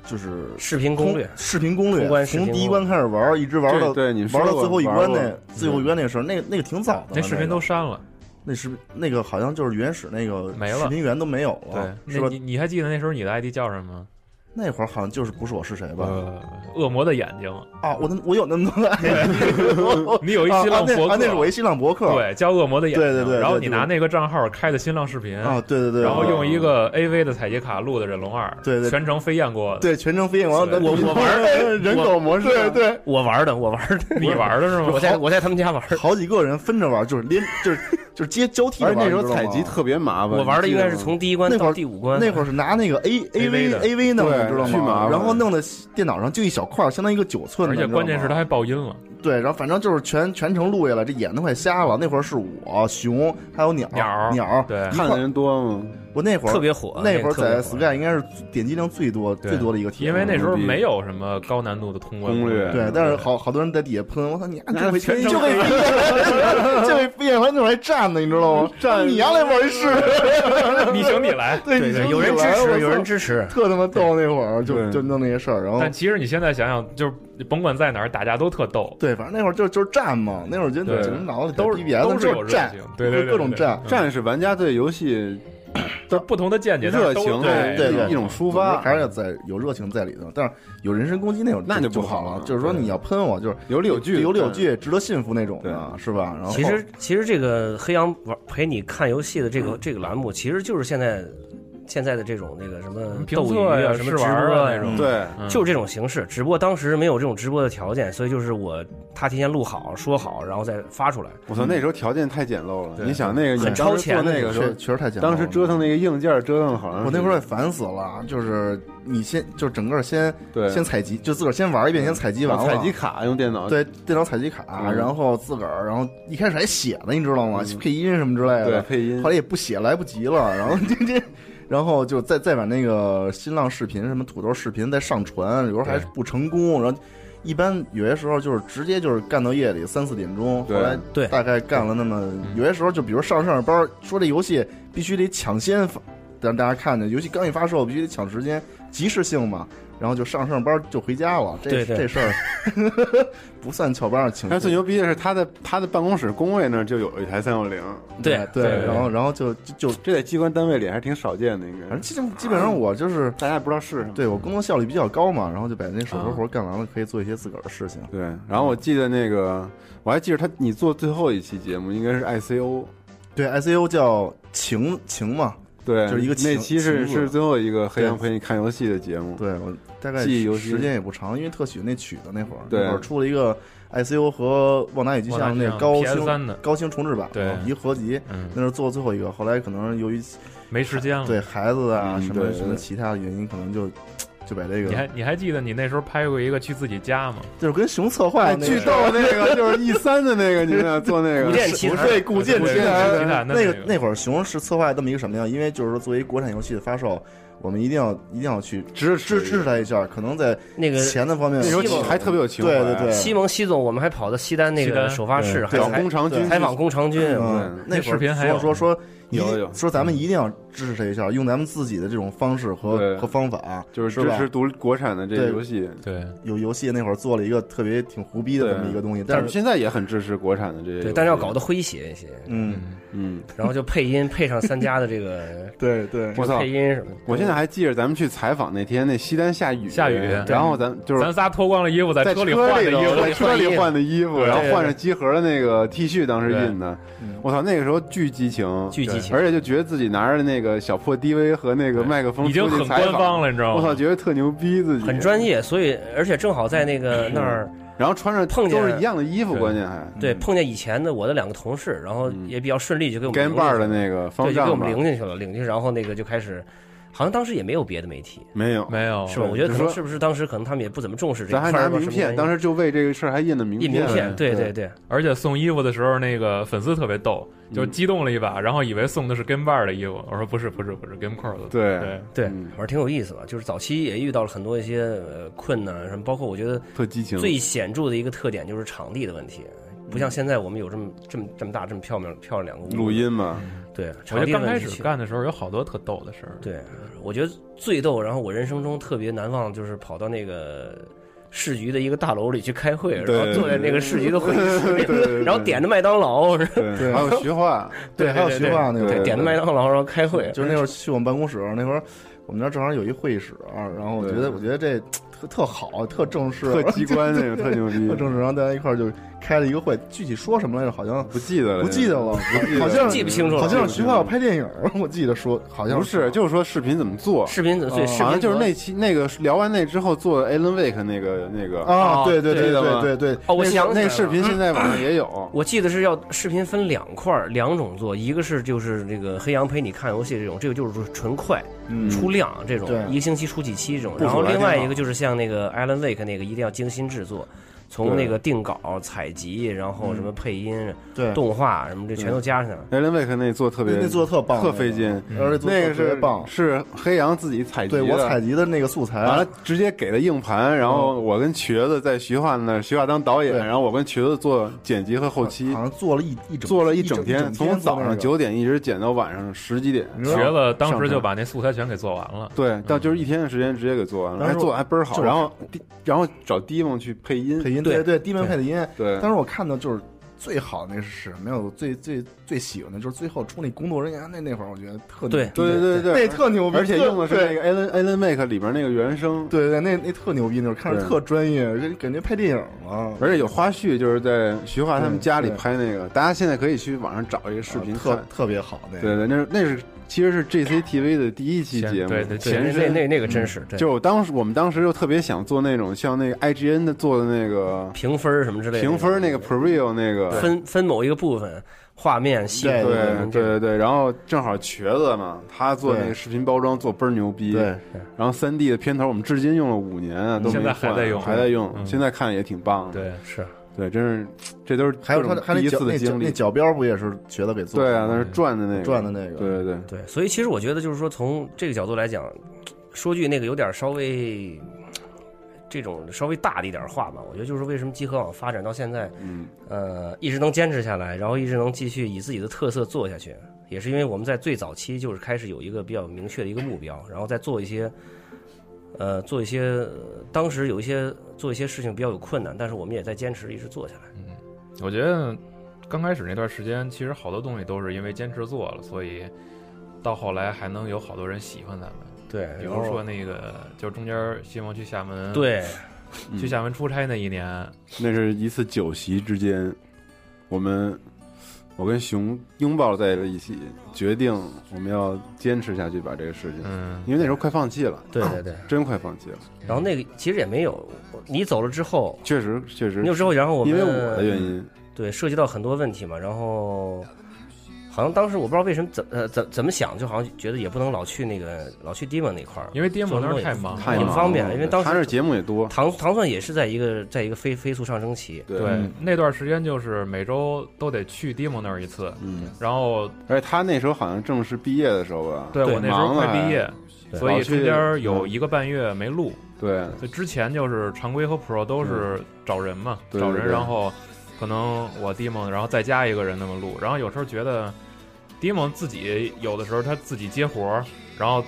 就是视频攻略，视频攻略通，关视频从攻略第一关开始玩，一直玩到对对你说玩到过最后一玩嗯关过那最后一关那个时候，那个那个挺早的了，那视频那都个删了。那视频那个好像就是原始那个没了视频源都没有对了，，哦是那吧？你你还记得那时候你的 ID 叫什么吗？那会儿好像就是不是我是谁吧？呃，恶魔的眼睛，啊，我那我有那么多啊， 你有一新浪啊博那客，啊那是我一新浪博客，对，叫恶魔的眼睛。对对对对然后你对拿那个账号开的新浪视频，啊，对对对， 然后啊用一个 AV 的采集卡录的忍龙二，对对全程飞燕过的。 对全程飞行王，对我 我玩人狗模式，啊对对，我玩的，我玩的，你玩的是 吗？我在我在他们家玩儿，好几个人分着玩，就是连就是就是接交替着而玩，且那时你候知道采集吗特别麻烦。我玩的你应记得该是吗从第一关那会到儿第五关，那会儿是拿那个 A A V 的 A V 弄对的，你知道巨麻吗？烦然后弄的电脑上就一小块儿，相当于一个九寸的。而且你知道关键是它吗还爆音了，对，然后反正就是全全程录下来，这眼都快瞎了。那会儿是我熊还有鸟鸟儿鸟，对一块看的人多吗？我那会儿特别火，那会个儿特别在火 Sky 应该是点击量最多最多的一个帖因子，为那时候牛逼没有什么高难度的通关攻略对，但是好好多人在底下喷，我操你那就会全程就会飞燕就会飞燕环那会儿还站呢，你知道吗？站你丫来玩试， 你行你来。对对对，你有人就支来我持，有操人支持，特他妈逗那会儿，就对就弄那些事儿，然后但其实你现在想想，就是甭管在哪儿打架都特逗，对，反正那会儿就就是站嘛，那会儿觉对得么脑子里都是 B B S 都是有就热是站情，对对对，各种站，战士玩家对游戏都不同的见解，但是热都情对的对一对一种抒发，还是要在有热情在里头，但是有人身攻击那种那就就不好好了就是说对你要喷我，就是有理有据，有理有据，值得信服那种的，对是吧？然后其实其实这个黑羊玩陪你看游戏的这个这个栏目，其实就是现在现在的这种那个什么么评斗鱼测呀什么试直播玩啊呀那种对。嗯对，嗯就是这种形式，只不过当时没有这种直播的条件，所以就是我他提前录好说好，然后再发出来。我操，那时候条件太简陋了。对你想那个，你很当超时前做的那确个时候实，确实太简单当了。时折腾那个硬件折腾了好像我那会儿也是烦死了，就是你先就是整个先对嗯先采集，就自个儿先玩一遍，先采集完了，采集卡用电脑，对电脑采集卡，嗯然后自个儿，然后一开始还写呢，你知道吗？嗯配音什么之类对的，配音后来也不写，来不及了， 然后这这，然后就再再把那个新浪视频什么土豆视频再上传，有时候还对不成功，然后一般有些时候就是直接就是干到夜里三四点钟，后对来对大概干了那么有些时候就比如上上着班，说这游戏必须得抢先发让大家看见，游戏刚一发售必须得抢时间，及时性嘛。然后就上上班就回家了，这对对这事儿不算翘班儿请但是最牛逼的是，他在他的办公室工位那儿就有一台三六零，对对对，然后然后就就就，这在机关单位里还是挺少见的，应反该正。基本基本上我就是大家也不知道是什么。哎对我工作效率比较高嘛，然后就把那手头啊活干完了，可以做一些自个儿的事情。对，然后我记得那个，我还记得他，你做最后一期节目应该是 ICO，对，ICU 叫情情嘛，对，就是一个那情期是情路是最后一个黑羊对陪你看游戏的节目，对我大概记忆犹新时间也不长，因为特许那曲子那会儿，对那会儿出了一个 ICU 和《旺达与巨旺达像》与那巨像个高 PS 三的清高清重制版嘛，对一个合集。嗯，那是做最后一个，后来可能由于没时间了。对孩子啊嗯什么对什么其他的原因，可能就就把这你还个你还记得你那时候拍过一个去自己家吗？就是跟熊策划那哎巨个逗那个就是 E 三的那个，你们俩做那个古剑奇谭对古剑奇奇谭谭啊那那个个那会儿熊是策划这么一个什么样？因为就是说，作为国产游戏的发售，我们一定要一定要去支支支持他一下，可能在那个钱的方面那时候西其蒙还特别有情怀，对对对，西蒙西总，我们还跑到西单那西个单嗯首发室，还找还工厂军对采访宫长军，嗯，那会视频儿还有说说说一有有嗯说咱们一定要支持他一下，用咱们自己的这种方式对和和方法，就是是支吧持独国产的这个对游戏，对，有游戏那会儿做了一个特别挺胡逼的对这么一个东西，但但是是现在也很支持国产的这些游戏，对，但是要搞得诙谐一些，嗯，嗯，然后就配音配上三家的这个对对这我个操配音什么的。我现现在还记着咱们去采访那天，那西单下雨，下雨然后咱就是咱仨脱光了衣服，在在车车里换的衣头在服，车里换的衣服，对然后对换上集合的那个 T 恤，当时对印的，我操，那个时候巨激情，巨激情而且就觉得自己拿着那个小破 DV 和那个麦克风已经出去很采官访方了，你知道我操，吗？觉得特牛逼自己，很专，业，所以而且正好在那个那儿，然后穿着碰见都是一样的衣服，关键还嗯对，碰见以前的我的两个同事，然后也比较顺利，就给我们跟领进伴去儿的了那个方对，就丈给我吧们领进去了，领进去，然后那个就开始，好像当时也没有别的媒体，没有，没有，是吧？我觉就得是可能说是不是当时可能他们也不怎么重视这个，咱还拿不知道名什么原片，因当时就为这个事儿还印了名印名片，对对对对，而且送衣服的时候，那个粉丝特别逗，就是激动了一把，然后以为送的是跟伴儿的衣服，我说不是不是不是跟块儿的，对对，对，嗯反正挺有意思吧。就是早期也遇到了很多一些呃困难什么，包括我觉得特激情，最显著的一个特点就是场地的问题，不像现在我们有这么这么这么大这么漂亮漂亮两个屋子录，音嘛，对，我场觉地的得刚问开题始其干的时候有好多特逗的事儿，对，我觉得最逗，然后我人生中特别难忘，就是跑到那个市局的一个大楼里去开会，对然后坐在那个市局的会议室对对对对里，然后点着麦当劳，是对，还 有学画，对，还有对学霸那对个对，点着麦当劳然后开会，就是那会儿去我们办公室，那会儿我们那儿正好有一会议室，然后我觉对得我觉得这特特好，特正式，特 机关那 种，特牛特逼，正式，然后大家一块儿就开了一个会，具体说什么来着？好像不记 得了，不记得了，好像记不清楚了好像是徐浩要拍电影儿，我记得说好像不是，就是说视频怎么做，视频对视哦好频像就是怎么那期那个聊完那之后做的 Alan Wake 那个那个，啊，哦对对记对得吗对对对，哦，我那想起那来了视频现在网上也嗯有，我记得是要视频分两块儿两种做，一个是就是这个黑羊陪你看游戏这种，这个就是纯快、嗯出量这种对，一个星期出几期这种。部署然后来另外电脑一个就是像那个 Alan Wake 那个，一定要精心制作，从对那个定稿、采集，然后什么配音、对动画什么，这全都加上去了。 Alan Wake 那做特别那那做的特棒，特费劲，那个，而且做得那个特别是棒。是黑羊自己采集对的，我采集的那个素材，完了直接给了硬盘，然后我跟瘸子在徐化那儿，徐化当导演，对然后我跟瘸子做剪辑和后期好，像做了一一整做了一整天，从早上九九点一直剪到晚上十几点，你说瘸子当时就把那素材全给做完了，对，到就是一天的时间直接给做完了，当还时做得还倍儿好，就是然后然后找 d i 去配音，配音，对对，低门配的音。对当时我看到就是最好那是什么呀？我最最最喜欢的就是最后出那工作人员那那会儿，我觉得特牛对逼对对对对那特牛逼，而且用的是那对个 Alan Alan Make 里边那个原声，对对，那那特牛逼，那会儿看着对特专业，就感觉拍电影了。而且有花絮，就是在徐化他们家里对对拍那个，大家现在可以去网上找一个视频啊看特。特别好，那对对，个那是那是其实是 GCTV 的第一期前节目，对对那前那身。嗯那那个真是对，就我当时我们当时就特别想做那种像那个 IGN 的做的那个评分儿什么之类的，评分那个 preview 那个，分分某一个部分画面系统对什对么这种对对，然后正好瘸子嘛，他做那个对视频包装做倍儿牛逼，对，然后三 D 的片头我们至今用了五年啊，都没现在换还在用还在用，嗯现在看也挺棒的，对，是对，真是这都是还有他各种他第那一脚次的那脚经历那，脚标不也是瘸子给做的？对啊，那是转的那个转的那个对对对，对，所以其实我觉得就是说，从这个角度来讲，说句那个有点稍微这种稍微大的一点话吧，我觉得就是为什么集合网发展到现在，嗯，呃，一直能坚持下来，然后一直能继续以自己的特色做下去，也是因为我们在最早期就是开始有一个比较明确的一个目标，然后再做一些。呃，做一些呃当时有一些做一些事情比较有困难，但是我们也在坚持一直做下来。我觉得刚开始那段时间，其实好多东西都是因为坚持做了，所以到后来还能有好多人喜欢咱们。对，然比如后说那个，就中间新王去厦门，，对，去厦门出差那一年，嗯那是一次酒席之间，我们我跟熊拥抱在了一起，决定我们要坚持下去把这个事情，嗯，因为那时候快放弃了，对对对。真快放弃了，然后那个其实也没有，你走了之后，确实确实你有，时候，然后我因们为我的原因，对涉及到很多问题嘛，然后好像当时我不知道为什么怎呃怎怎么想，就好像觉得也不能老去那个老去 d i m o 那块儿，因为爹母那儿太忙了，太也忙不了方便因为当时他这节目也多，糖糖蒜也是在一个在一个飞飞速上升期，对对，嗯那段时间就是每周都得去爹母那儿一次，嗯，然后而且他那时候好像正是毕业的时候吧，对我那时候忙了哎快毕业，对所老以去中间有一个半月没录，对就之前就是常规和 Pro 都是找人嘛，嗯对找对人，对然后可能我 d i m o 然后再加一个人那么录，然后有时候觉得 d i m o 自己有的时候他自己接活儿，然后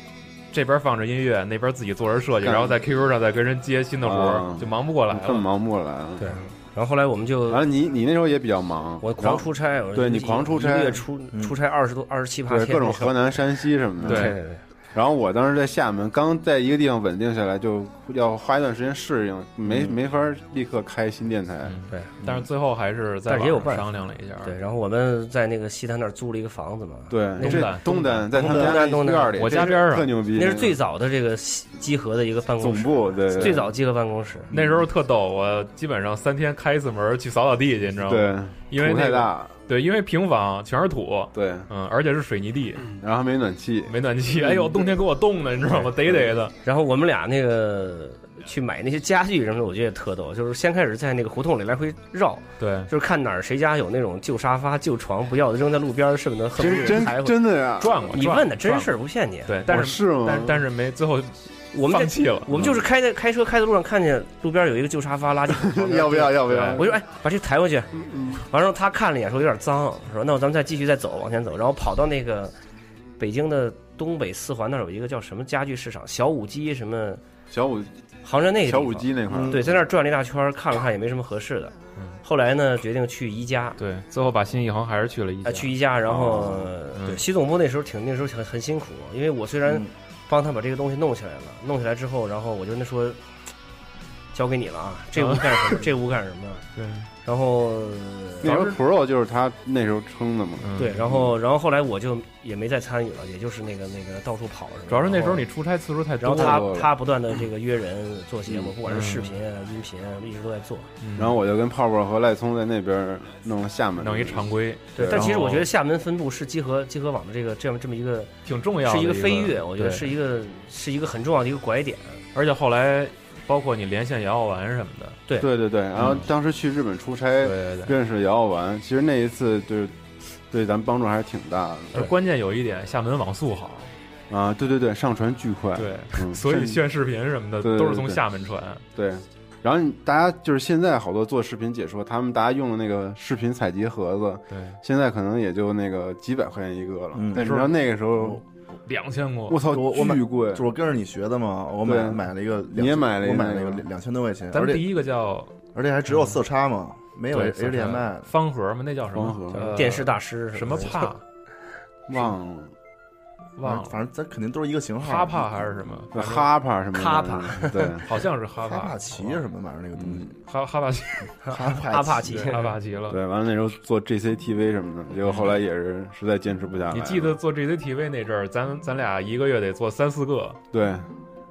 这边放着音乐，那边自己做着设计，干然后在 QQ 上再跟人接新的活啊儿，就忙不过来更了。忙不过来了。对，然后后来我们就完了，你你那时候也比较忙，我然狂后出差，我啊对一你狂出差一个月出出差二十多二十七八对天，各种河南、山西什么的，对对对对，然后我当时在厦门，刚在一个地方稳定下来，就要花一段时间适应，没、没法立刻开新电台。嗯对，但是最后还是在但是也有网办上法商量了一下，对，然后我们在那个西单那儿租了一个房子嘛，对，东这单东单在他们东家单那东单院里，我这家是边儿啊特牛逼，那是最早的这个西集合的一个办公总室，部，对，对最早集合办公室，那时候特逗，我基本上三天开一次门去扫扫地去，你知道吗？，对，因为土那太个大，对，因为平房全是土，对，嗯，而且是水泥地，然后还没暖气，没暖气，哎呦，冬天给我冻的，你知道吗？得得的，然后我们俩那个去买那些家具什么的，我觉得也特逗，就是先开始在那个胡同里来回绕，对，就是看哪儿谁家有那种旧沙发、旧床，不要的扔在路边儿，恨不得恨不真得真抬回来。真的呀，转过，你转问的真转事儿，不骗你。对，但我是哦是吗但？但是没最后我们放在弃了，我们就是开在开车开的路上，看见路边有一个 旧沙发，垃圾桶旁边要不要？嗯要不要？我就说哎，把这抬过去。完了，他看了一眼，说有点脏，说那我咱们再继续再走，往前走，然后跑到那个北京的东北四环那儿有一个叫什么家具市场，小五鸡什么小五杭州那个地小方五鸡那块儿，嗯对，在那儿转了一大圈儿，看了看也没什么合适的。嗯后来呢，决定去宜家，对，最后把心一横还是去了一啊，家，去宜家，然后嗯对西总部那时候挺那时候很很辛苦，因为我虽然帮他把这个东西弄起来了，弄起来之后，然后我就跟他说，交给你了啊，这屋干什么？这屋干什么？啊 对，然后那时候 Pro 就是他那时候撑的嘛，嗯对，然后然后后来我就也没再参与了，也就是那个那个到处跑什么的。主要是那时候你然后。出差次数太然多后了，他多了他不断的这个约人做节目，不管是视嗯频啊、音频啊，一直都在做。嗯然后我就跟泡泡和赖聪在那边弄厦门，弄一常规，对，对但其实然后我觉得厦门分部是集合集合网的这个这样这么一个挺重要的是一个一飞跃，我觉得对是一个是一个很重要的一个拐点。而且后来包括你连线姚浩文什么的，对对对，然后当时去日本出差对对对。认识姚耀文，其实那一次就是对咱们帮助还是挺大而关键有一点，厦门网速好，的啊，对对对，上传巨快，对，嗯所以甚炫视频什么的对对都是从对厦门传，对。然后你大家就是现在好多做视频解说，他们大家用的那个视频采集盒子，对，现在可能也就那个几百块钱一个了。嗯但是你知道那个时候，两千多我，操，我我买巨贵就是，我跟着你学的嘛，我买对买了一个2000，你也买了一我个买了那一个嗯个两千多块钱，咱而们且第一个叫而且还只有色差嘛，没有对 HDMI 的。方盒嘛，那叫什么方盒呃电视大师什么帕忘了忘了，反正咱肯定都是一个型号。哈帕还是什么那，哈帕什么的哈帕， 对，好像是哈哈帕帕奇什么玩意儿那个东嗯西？哈哈帕奇哈阿帕奇奇，哈帕奇了。对，完了那时候做 GCTV 什么的，结果后来也是实在坚持不下来了。你记得做 GCTV 那阵儿，咱咱俩一个月得做三四个，对，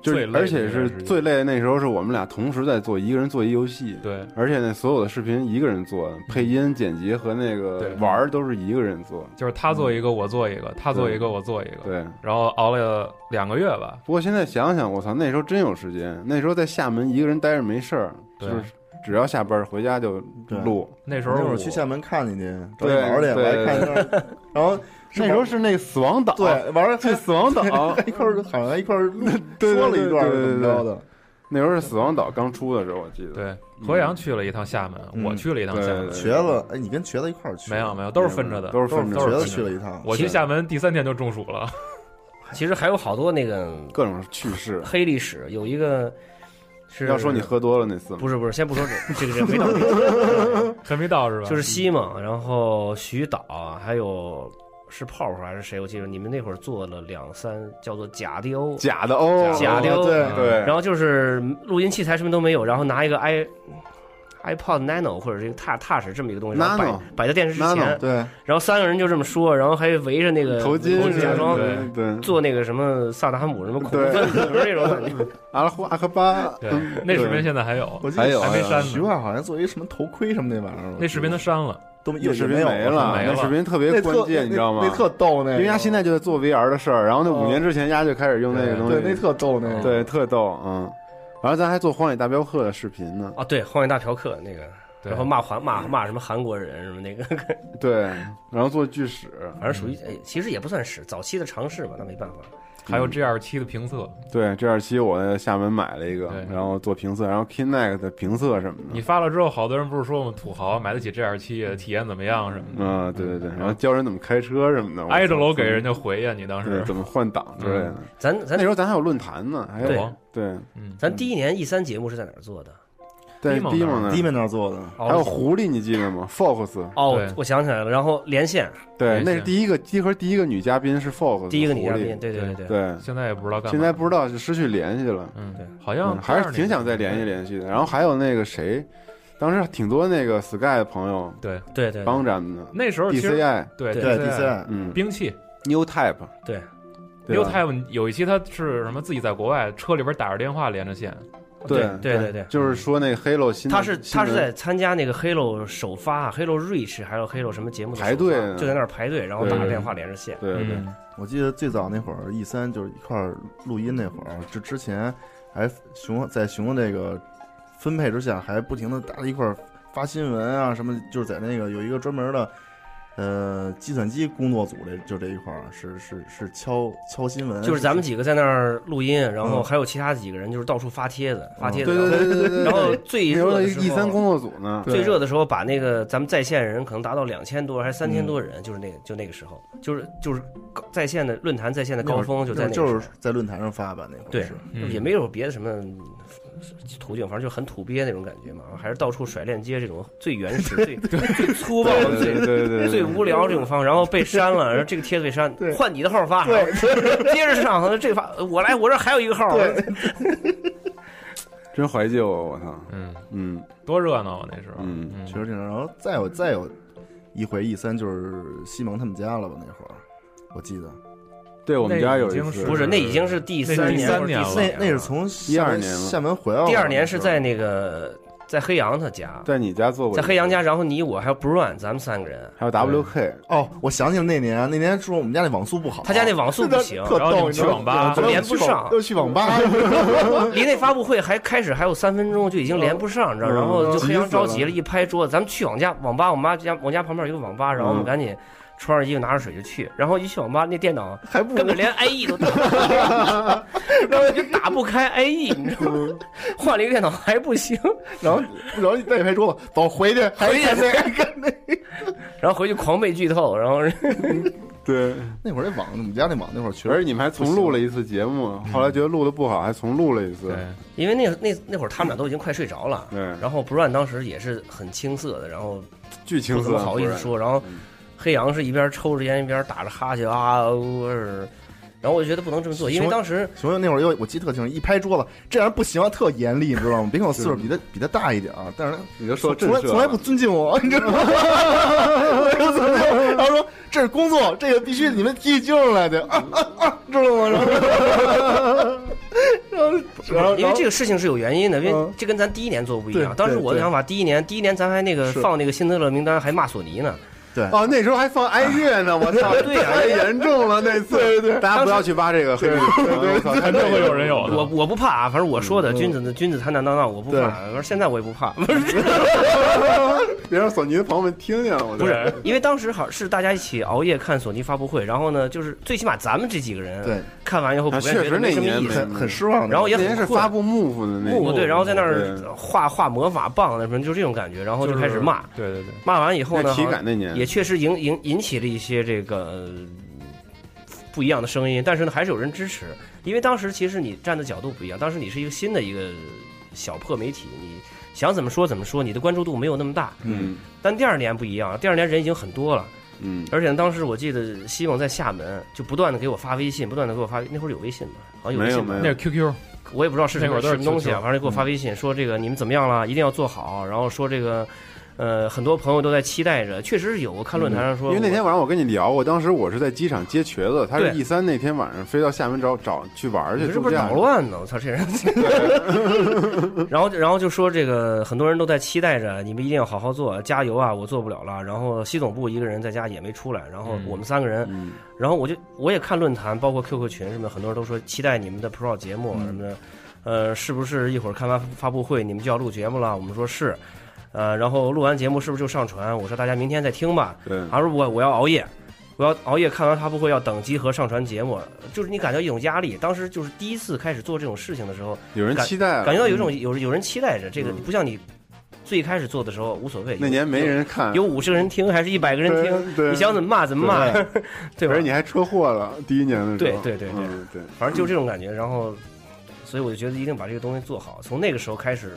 就最是累的而且那段是时间最累的那时候是我们俩同时在做，一个人做一游戏，对，而且那所有的视频一个人做，配音、剪辑和那对个玩儿都是一个人做。就是他做一个我做一个，他做一个我做一个，对，然后熬了两个月吧，不过现在想想，我操，那时候真有时间。那时候在厦门一个人待着没事儿，对就是只要下班回家就对录。那时那候会我儿去厦门看你去，找你对玩儿去，我对还看一 段儿，然后那时候是那个死亡岛，对 玩儿去死亡岛，一块儿好像一块儿录 对对说了一段儿对怎对么着的，那时候是死亡岛刚出的时候，我记得。对何阳去了一趟厦门，嗯我去了一趟厦门对，瘸子，哎，你跟瘸子一块儿去？没有没有，都是分着的，都是都分是着瘸的子去了一趟，我去厦门第三天就中暑了，其实还有好多那个各种趣事。黑历史，有一个是要说你喝多了那次吗，不是不是，先不说这这个这个 没到这个，还没到是吧？就是西蒙，然后徐导，还有是泡泡还是谁？我记得你们那会儿做了两三叫做假的欧，假的哦，假的哦对对，然后就是录音器材什么都没有，然后拿一个 i。iPod Nano 或者这个踏踏实这么一个东西，然后 Nano 摆摆在电视之 Nano，前，对，然后三个人就这么说，然后还围着那个头巾头是假装对对，做那个什么萨达姆什么恐怖对分子那种感觉。阿拉胡阿克巴，对嗯，那视频现在还有，我记还有得还还没有删徐呢，焕好像做一什么头盔什么那玩意儿，那视频他删了，都没那也视是频没有了，没了那视频特那别特关键，那你知道吗那？特逗那个，因为他现在就在做 VR 的事儿，然后那哦五年之前丫就开始用那个东对那西，特逗那个，对，特逗，嗯。然后咱还做《荒野大镖客》的视频呢，啊，对，《荒野大嫖客》那个，对然后骂韩骂骂什么韩国人什么那个， 对，然后做巨史，反正属于哎，其实也不算是早期的尝试吧，那没办法。嗯还有 G 二七的评测，对，这二期我在厦门买了一个对，然后做评测，然后 Kinect 的评测什么你的，发了之后，好多人不是说我们土豪买得起 G 二七，体验怎么样什么的，嗯，对对对，然后教人怎么开车什么的，我挨着操楼怎给么人家回呀，你当对时怎么换挡之类的。咱那咱时候咱还有论坛呢，还有对对咱第一年 E 三节目是在哪儿做的？在 Demon 迪蒙那那低儿，面那儿做的，哦还有狐狸，你记得吗？Fox，哦，对我我想起来了，然后连线对，没那事是第一个集合第一个女嘉宾是 Fox，第一个女嘉狐宾，狸对对对对，对，现在也不知道干嘛。现在不知道就失去联系了，嗯，对好像嗯还是那挺个想再联系联系的。然后还有那个谁，当时挺多那个 Sky 的朋友对，对对对帮咱们的那时候其实 DCI，对对对 DCI DCI，嗯兵器，New Type，对对啊 New 吧 Type 有一期他是什么自己在国外车里边打着电话连着线，对对对对。就是说那个 Halo 新的，他是新他的是在参加那个 Halo 首发，Halo Reach，还有 Halo 什么节目的首发排队呢就在那儿排队，然后对打着电话连着线。对对对，嗯，我记得最早那会儿 E 三就是一块儿录音那会儿，这之前还熊在熊这个分配之下，还不停的大家一块儿发新闻啊什么，就是在那个有一个专门的呃计算机工作组这就这一块儿啊是是是敲敲新闻，就是咱们几个在那儿录音，然后嗯还有其他几个人就是到处发帖子，发帖对子。嗯对对对对对，然后然后最那时候热的的时候一三工作组呢，最热的时候，把那个咱们在线人可能达到两千多还是三嗯千多人，就是那个就那个时候，就是就是高在线的论坛在线的高峰就在那个时就候是在论坛上发吧那会儿对是，嗯也没有别的什么途径，反正就很土鳖那种感觉嘛，还是到处甩链接这种最 原始、最最粗暴对对的、最对对对，最无聊这种方，然后被删了，然后这个帖子被删，换你的号发，对， 接着上，这发我来，我这还有一个号，真怀旧啊！我操，嗯，嗯多热闹啊那时候，嗯嗯，确实挺。然后再有再有一回 E 三就是西蒙他们家了吧那会儿，我记得对我们家有一那已经次，是不是，那已经是第三第年，三年了，那那是从厦门12年了厦门回来了吧，第二年是是在那个在黑羊他家，在你家做过一在次，黑羊家，然后你我还有 Bruin，咱们三个人，还有 WK，哦，我想起了那年，那年说我们家那网速不好，他家那网速不行，特然后你逗，们去网吧就连不上，嗯又去网吧，离那发布会还开始还有三分钟，就已经连不上，你知道？嗯然后就急非常死了着急嗯了，一拍桌子，咱们去网家网吧，我妈家我家旁边有一个网吧，然后我们嗯赶紧穿上衣服拿着水就去，然后一去网吧，那电脑还不根本 连 IE 都打不开， 然后就打不开 IE，你知道吗？换了一个电脑还不行， 然后然后再一拍桌子，走回去， 还回去还那然后回去狂被剧透，然后 对，那会儿那网，我们家那网那会儿确而且实你们还重录了一次节目，后来觉得录的不好，还重录了一次，对，因为那那那会儿他们俩都已经快睡着了，对，然后 Bruin 当时也是很青涩的，然后巨青不怎涩，么好意思说。然后嗯黑羊是一边抽着烟一边打着哈欠啊，呜儿然后我就觉得不能这么做，因为当时熊熊那会儿又我记得特清楚，一拍桌子这样不行，特严厉，你知道吗？别 看我岁数比他比他大一点啊，但是他你就说震从来慑从来不尊敬我， 你知道吗？然后说这是工作，这个必须你们提起精神来的啊 啊啊，知道吗？然后然后因然为后这个事情是有原因的，因为嗯这跟咱第一年做不一样。对当时对我的对想法，第一年第一年咱还那个是放那个辛德勒名单，还骂索尼呢。啊哦，那时候还放哀乐呢，啊我操，对呀太严重了那次，对对，大家不要去挖这个黑历史，我操，肯肯定会有人有的。我我不怕啊，反正我说的君子君子坦坦荡荡，我不嗯对怕。反正现在我也不 怕，别让索尼的朋友们听见了，我不是因为当时好是大家一起熬夜看索尼发布会，然后呢，就是最起码咱们这几个人对看完以后，啊不会确觉得实那没什么年意思没。很很失望的，然后也那很年是困发布 Move 的那木个，对，然后在那儿对画画魔法棒那什么，就这种感觉，然后就开始骂，对对对，骂完以后呢，那体好像感那年也确实引引引起了一些这个呃不一样的声音，但是呢，还是有人支持，因为当时其实你站的角度不一样，当时你是一个新的一个小破媒体，你想怎么说怎么说，你的关注度没有那么大。嗯但第二年不一样，第二年人已经很多了，嗯，而且呢当时我记得西蒙在厦门就不断的给我发微信，不断的给我发，那会儿有微信吗？好像有没微有信吧没那有，是 QQ，我也不知道是什那么会儿都什是嗯么东西啊， QQ 反正给我发微信说这个你们怎么样了，一定要做好，然后说这个，呃，很多朋友都在期待着，确实是有，我看论坛上说，因为那天晚上我跟你聊，我当时我是在机场接瘸子，他是对 E 三那天晚上飞到厦门找找去玩儿我去，你是不是度假捣乱呢？我操，这人！ 然后然后就说这个很多人都在期待着，你们一定要好好做，加油啊！我做不了了。然后西总部一个人在家也没出来，然后嗯我们三个人，嗯然后我就我也看论坛，包括 QQ 群什么的，很多人都说期待你们的 Pro 节目啊嗯什么的。呃，是不是一会儿看完发布会你们就要录节目了？我们说是，呃，然后录完节目是不是就上传？我说大家明天再听吧。对，他说我我要熬夜，我要熬夜看完发布会要等集合上传节目，就是你感觉一种压力。当时就是第一次开始做这种事情的时候，有人期待了，感觉到有一种有有人期待着这个，哎嗯不像你最开始做的时候无所谓。那年没人看，有五十个人听还是一百个人听，对，你想怎么骂怎么骂， 对吧而？你还车祸了，第一年的时候，对对对对嗯对，反正就这种感觉。然后，所以我就觉得一定把这个东西做好。从那个时候开始，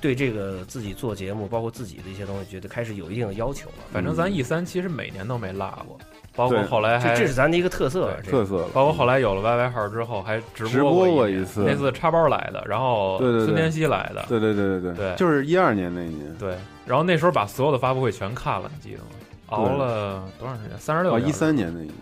对这个自己做节目，包括自己的一些东西，觉得开始有一定的要求了。反正咱 E 三其实每年都没落过，包括后来还这这是咱的一个特色，这个特色了。包括后来有了 YY 号之后，还直直播播过一一年次那次插包来的，然后对对对孙天熙来的，嗯对对对对对就是一二年那一年，对然后那时候把所有的发布会全看了，你记得吗？熬了多长时间？三十哦，六一三年那一年，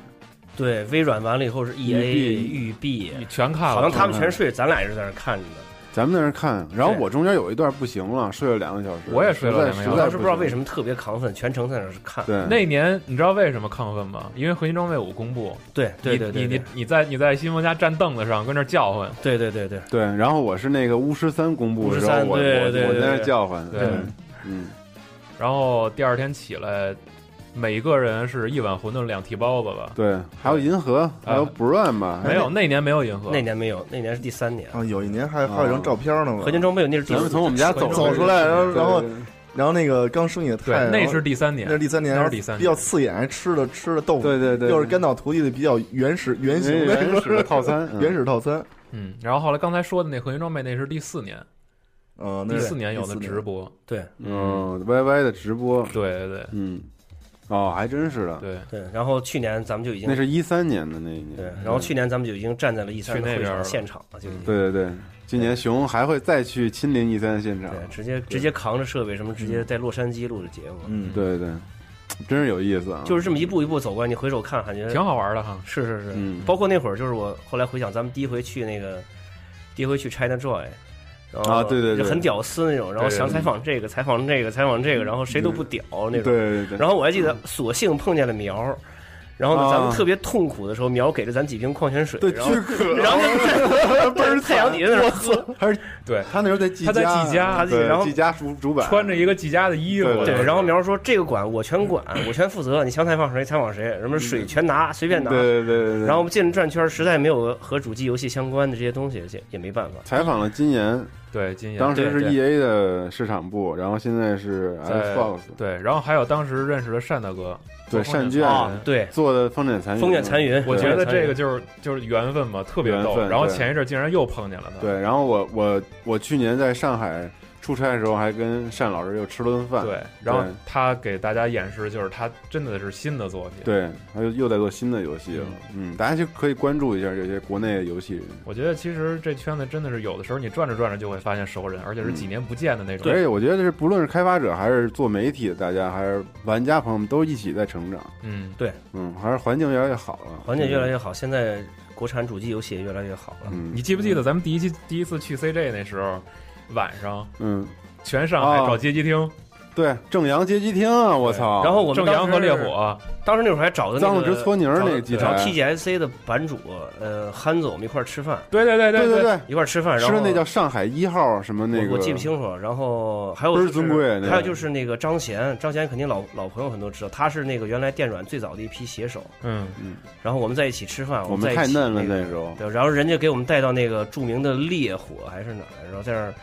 对，微软完了以后是 E A 育碧，全看了，好像他们全睡，咱俩也是在那看着呢。咱们在那儿看，然后对我中间有一段不行了，睡了两个小时，我也睡了实在两个小时实我在当时不知道为么。什么特别亢奋，全程在那看。对，那年你知道为什么亢奋吗？因为《核心装备五》公布，对对对对你你你你在你在新闻家站凳子上跟那儿叫唤，对对对对，对，然后我是那个巫师三公布的时候，巫师三我我对对我对在那儿叫唤，对嗯，然后第二天起来，每个人是一碗馄饨两屉包子吧？对，还有银河，还啊有 Brown 吧，没有，那年没有银河，那年没有，那年是第三年。啊，有一年还哦还有一张照片呢嘛，合金装备那是第咱们四从我们家走走走出来，然后对对然后对然后那个刚生你的太对，阳，那是第三年那是，第三年，那是第三年比较刺眼，还吃了吃了豆腐，对对对，又是甘岛徒弟的比较原始原型的原 始的套餐，嗯原始套餐，嗯，然后后来刚才说的那核心装备那是第四年，嗯，那第是四年有的第四直播，对嗯，Y Y 的直播，对对嗯，哦，还真是的，对对，然后去年咱们就已经那是一三年的那一年，对，然后去年咱们就已经站在了 E 三去的那会边儿场了现场了，就已经对对对，今年熊还会再去亲临一三现场，对，直接直接扛着设备什么，直接嗯在洛杉矶录的节目，嗯，对对对，真是有意思啊，就是这么一步一步走过来，你回首看，感觉对，挺好玩的哈。是是是，嗯包括那会儿就是我后来回想，咱们第一回去那个，第一回去 China Joy。然后啊对对对嗯就很屌丝那种，然后想采访这个，采访这个，采访这个，然后谁都不屌那对种。对对，然后我还记得，索性碰见了苗儿，然后呢，啊咱们特别痛苦的时候，苗儿给了咱几瓶矿泉水，对哦然后巨渴，然后就倍儿太阳底下在那儿喝，对，他那时候在季他在哎家季家对然后季家主主板穿着一个季家的衣服，对对，然后苗儿说这个管我全管，我全负责，你想采访谁采访谁，什么水全拿，随便拿。嗯对对对对对，然后我们进了转圈儿，实在没有和主机游戏相关的这些东西，也也没办法。采访了金岩，对，今年当时是嗯对 E A 的市场部，然后现在是 Xbox，对，然后还有当时认识的单大 哥，对做风善卷卷啊对，做的《风卷残云》，风卷残云，我觉得风卷残这云个就是就是缘分嘛，特别缘逗。分然后对前一阵竟然又碰见了他，对，然后我我我去年在上海出差的时候，还跟单老师又吃了顿饭。对，然后他给大家演示，就是他真的是新的作品。，对，他又又在做新的游戏了。嗯，大家就可以关注一下这些国内的游戏人，我觉得其实这圈子真的是有的时候你转着转着就会发现熟人，而且是几年不见的那种。而且我觉得是不论是开发者还是做媒体的，大家还是玩家朋友们都一起在成长。嗯，嗯，还是环境越来越好了，环境越来越好，现在国产主机游戏也越来越好了。嗯你记不记得咱们第一期第一次去 CJ 那时候，晚上嗯，全上海哦找街机厅，对，正阳街机厅啊，我操！然后我们正当阳和时烈，火，当时那会儿还找的那脏个了直搓泥儿那个机找台， TGSC 的版主，呃，憨总我们一块儿吃饭，对对对对对对，一块儿吃饭，吃然后的那叫上海一号什么那个，我我记不清楚了。然后还有倍儿就是尊贵那个还有就是那个张贤，张贤肯定老老朋友很多知道，他是那个原来电软最早的一批写手。嗯，然后我们在一起吃饭，我们在们一太起嫩了那个那时候。对，然后人家给我们带到那个著名的烈火还是哪儿，然后在那儿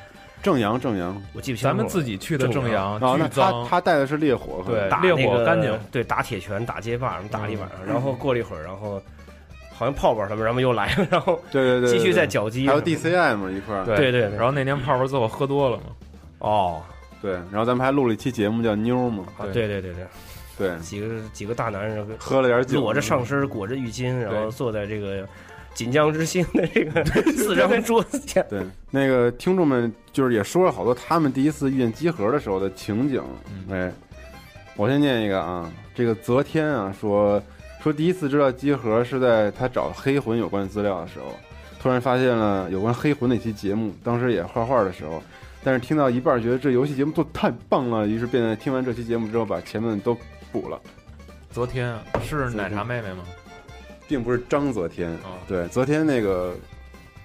正阳正阳，我记不清楚了。咱们自己去的正啊阳，然后巨哦那他脏，他带的是烈火，可能对打烈那火个干净，嗯对，打铁拳、打街霸什么，打了一晚上。然后过了一会儿，然后好像泡泡他们，然后又来了，然后对对对，继续在在搅基什还么有的。 DCI 嘛一块儿，对对对然后那年泡泡最后喝多了嘛，哦，对，然后咱们还录了一期节目叫妞嘛，啊对对对对对，对，几个几个大男人喝了点酒，裸着上身，裹着浴巾，然后对坐在这个锦江之星的这个四张桌子前。对，那个听众们就是也说了好多他们第一次遇见集合的时候的情景。哎，我先念一个啊，这个泽天啊说说第一次知道集合是在他找黑魂有关资料的时候，突然发现了有关黑魂那期节目，当时也画画的时候。但是听到一半，觉得这游戏节目做得太棒了，于是便在听完这期节目之后，把前面都补了，昨天啊是奶茶妹妹吗？并不是张泽天。哦对，泽天那个，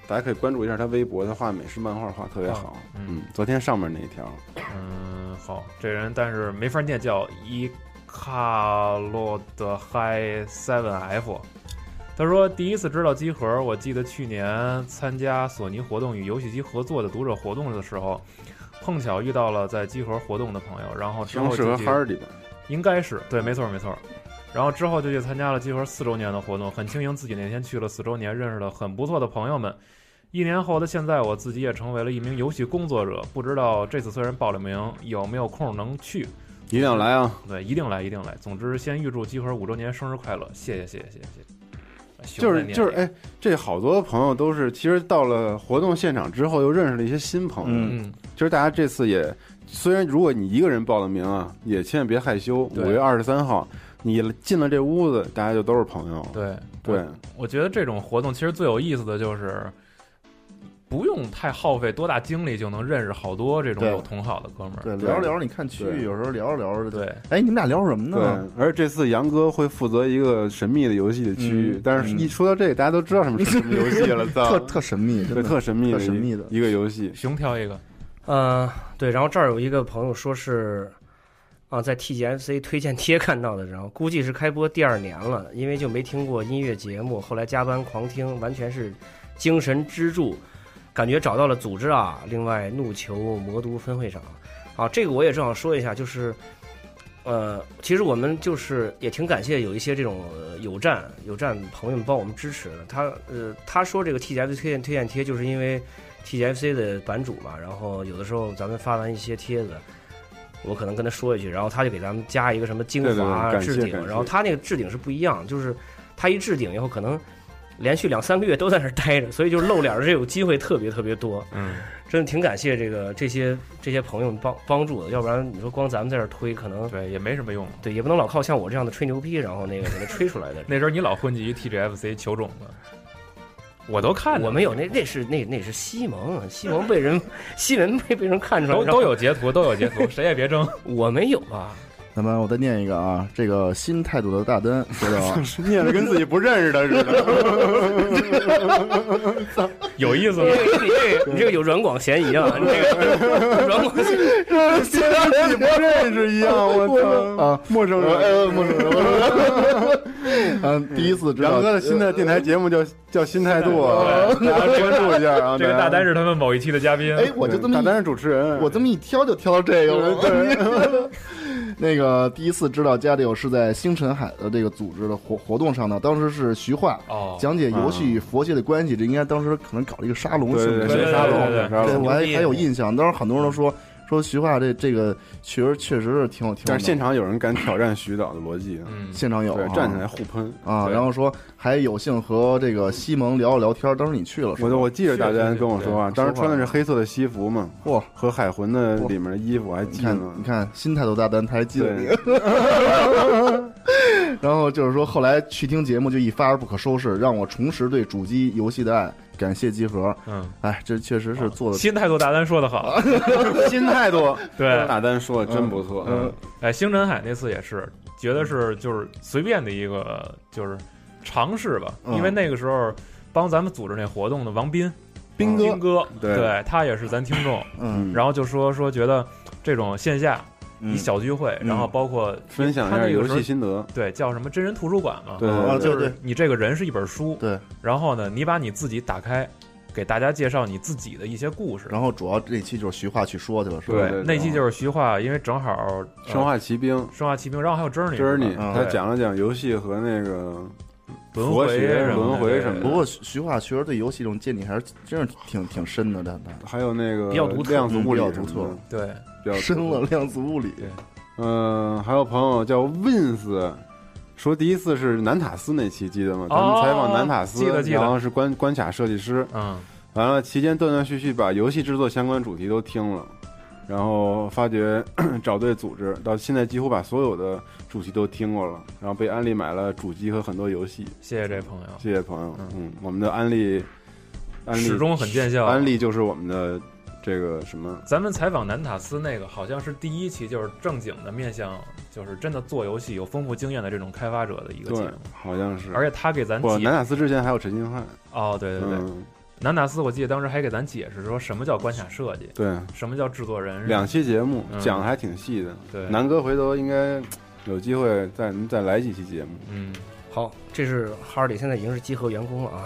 大家可以关注一下他微博，他画美式漫画画得特别好。嗯嗯，昨天上面那一条，嗯，好，这人但是没法念，叫伊卡洛德嗨 Seven F。他说第一次知道机核，我记得去年参加索尼活动与游戏机合作的读者活动的时候，碰巧遇到了在机核活动的朋友，然后之挺后适就合去哈儿里边。应该是嗯对，没错没错。然后之后就去参加了集合四周年的活动，很庆幸自己那天去了四周年，认识了很不错的朋友们，一年后的现在，我自己也成为了一名游戏工作者。不知道这次虽然报了名，有没有空能去？一定要来啊！对，一定来，一定来。总之，先预祝集合五周年生日快乐！谢谢，谢谢，谢啊就谢。熊在是念就是，里，哎，这好多朋友都是，其实到了活动现场之后，又认识了一些新朋友。嗯，其实大家这次也，虽然如果你一个人报了名啊，也千万别害羞。对五月二十三号，你进了这屋子，大家就都是朋友。对对，我觉得这种活动其实最有意思的就是，不用太耗费多大精力就能认识好多这种对有同好的哥们儿。对，聊着聊着，你看区对域，有时候聊着聊着，，对，哎，你们俩聊什么对呢？，而这次杨哥会负责一个神秘的游戏的区域，嗯但是一说到这，大家都知道什么是什么游戏了，操特，特神秘，真对，的特神秘的特神秘的一个游戏， 熊挑一个，呃，对，然后这儿有一个朋友说是啊，在 TGFC 推荐贴看到的，然后估计是开播第二年了，因为就没听过音乐节目，后来加班狂听，完全是精神支柱，感觉找到了组织啊。另外，怒球魔都分会长啊，这个我也正好说一下，就是。呃，其实我们就是也挺感谢有一些这种呃友站友站朋友们帮我们支持的。他呃他说这个 TGFC 推荐推荐贴，就是因为 TGFC 的版主嘛，然后有的时候咱们发完一些帖子，我可能跟他说一句，然后他就给咱们加一个什么精对对对华感谢置感顶，谢然后他那个置顶是不一样，就是他一置顶以后，可能连续两三个月都在那儿待着，所以就是露脸儿的这种机会特别特别多，嗯，真的挺感谢这个这些这些朋友们帮帮助的，要不然你说光咱们在这儿推，可能对，也没什么用。对也不能老靠像我这样的吹牛逼，然后那个给他吹出来的 。那时候你老混迹于 TGFC 球种的，我都看着我没有，那那是那那是西蒙，啊西蒙被 人西蒙被被人看出来，都然后都有截图，都有 截图，谁也别争。我没有啊，那么我再念一个啊，这个新态度的大丹说到啊，念的跟自己不认识的似 的。有意思你吗？这个你这个你这个有软广嫌疑 啊！你这个软广嫌疑自己不认识一样，我操！啊，陌生人，哎陌生人，嗯，第一次知道杨哥的新的电台节目呃叫叫新态度啊，大家关注一下啊。这个大家丹是他们某一期的嘉宾。哎，我就对这么大一丹是主持人，我这么一挑就挑到这个了。那个第一次知道家里有是在星辰海的这个组织的活活动上呢，当时是徐化哦，讲解游戏与佛系的关系，这应该当时可能搞了一个沙龙对性对质，对对，对沙龙，对对沙对龙，我还还有印象。当时很多人都说说徐化这这个确实确实是挺有挺有但脑是子，现场有人敢挑战徐导的逻辑啊，嗯，现场有对，啊站起来互喷。啊，对然后说还有幸和这个西蒙聊了聊天，当时你去了，是吧我我记着大是丹是跟我说话，对当时说话穿的是黑色的西服嘛，嚯和海魂的里面的衣服我还你记得看呢，你看新态度大丹他还记得你对， 然后就是说，后来去听节目就一发而不可收拾，让我重拾对主机游戏的爱。感谢集合，嗯，哎，这确实是啊做的。新态度大丹说的好，新态度， 对，大丹说的真不错，嗯，哎，星辰海那次也是，觉得是就是随便的一个就是尝试吧，嗯因为那个时候帮咱们组织那活动的王斌，斌哥斌哥，嗯对他也是咱听众，嗯，然后就说说觉得这种线下一小聚会，嗯然后包括分享一他下那个游时候戏心得，对叫什么真人图书馆嘛，对啊，对对对就是对你这个人是一本书，对，然后呢，你把你自己打开，给大家介绍你自己的一些故事。然后主要这期就是徐化去说去了，是吧？对对那期就是徐化，因为正好呃《生化奇兵》哦生化奇兵，然后还有 Journey 就 Journey 是你，嗯他讲了讲游戏和那个轮佛回学什么轮的回什么不过徐徐化确实对游戏这种见解还是真是挺挺深的，他他还有那个比较独特量子物理嗯比什较么独的特，对，比较独特深了。量子物理。嗯，还有朋友叫 Wins，说第一次是南塔斯那期记得吗？咱哦们采访南塔斯，记得记得然后是关关卡设计师，嗯，完了期间断断续续把游戏制作相关主题都听了，然后发觉 找对组织，到现在几乎把所有的主题都听过了，然后被安利买了主机和很多游戏。谢谢这朋友，谢谢朋友嗯，嗯，我们的安利，安利始终很见效。啊安利就是我们的这个什么。咱们采访南塔斯那个好像是第一期，就是正经的面向，就是真的做游戏有丰富经验的这种开发者的一个节对目，，好像是。而且他给咱我解南塔斯之前还有陈金汉，哦，对对对，嗯，南塔斯我记得当时还给咱解释说什么叫关卡设计，对，什么叫制作人，两期节目嗯讲的还挺细的。对，南哥回头应该有机会再再来几期节目。 嗯，好，这是哈尔里现在已经是集合员工了啊。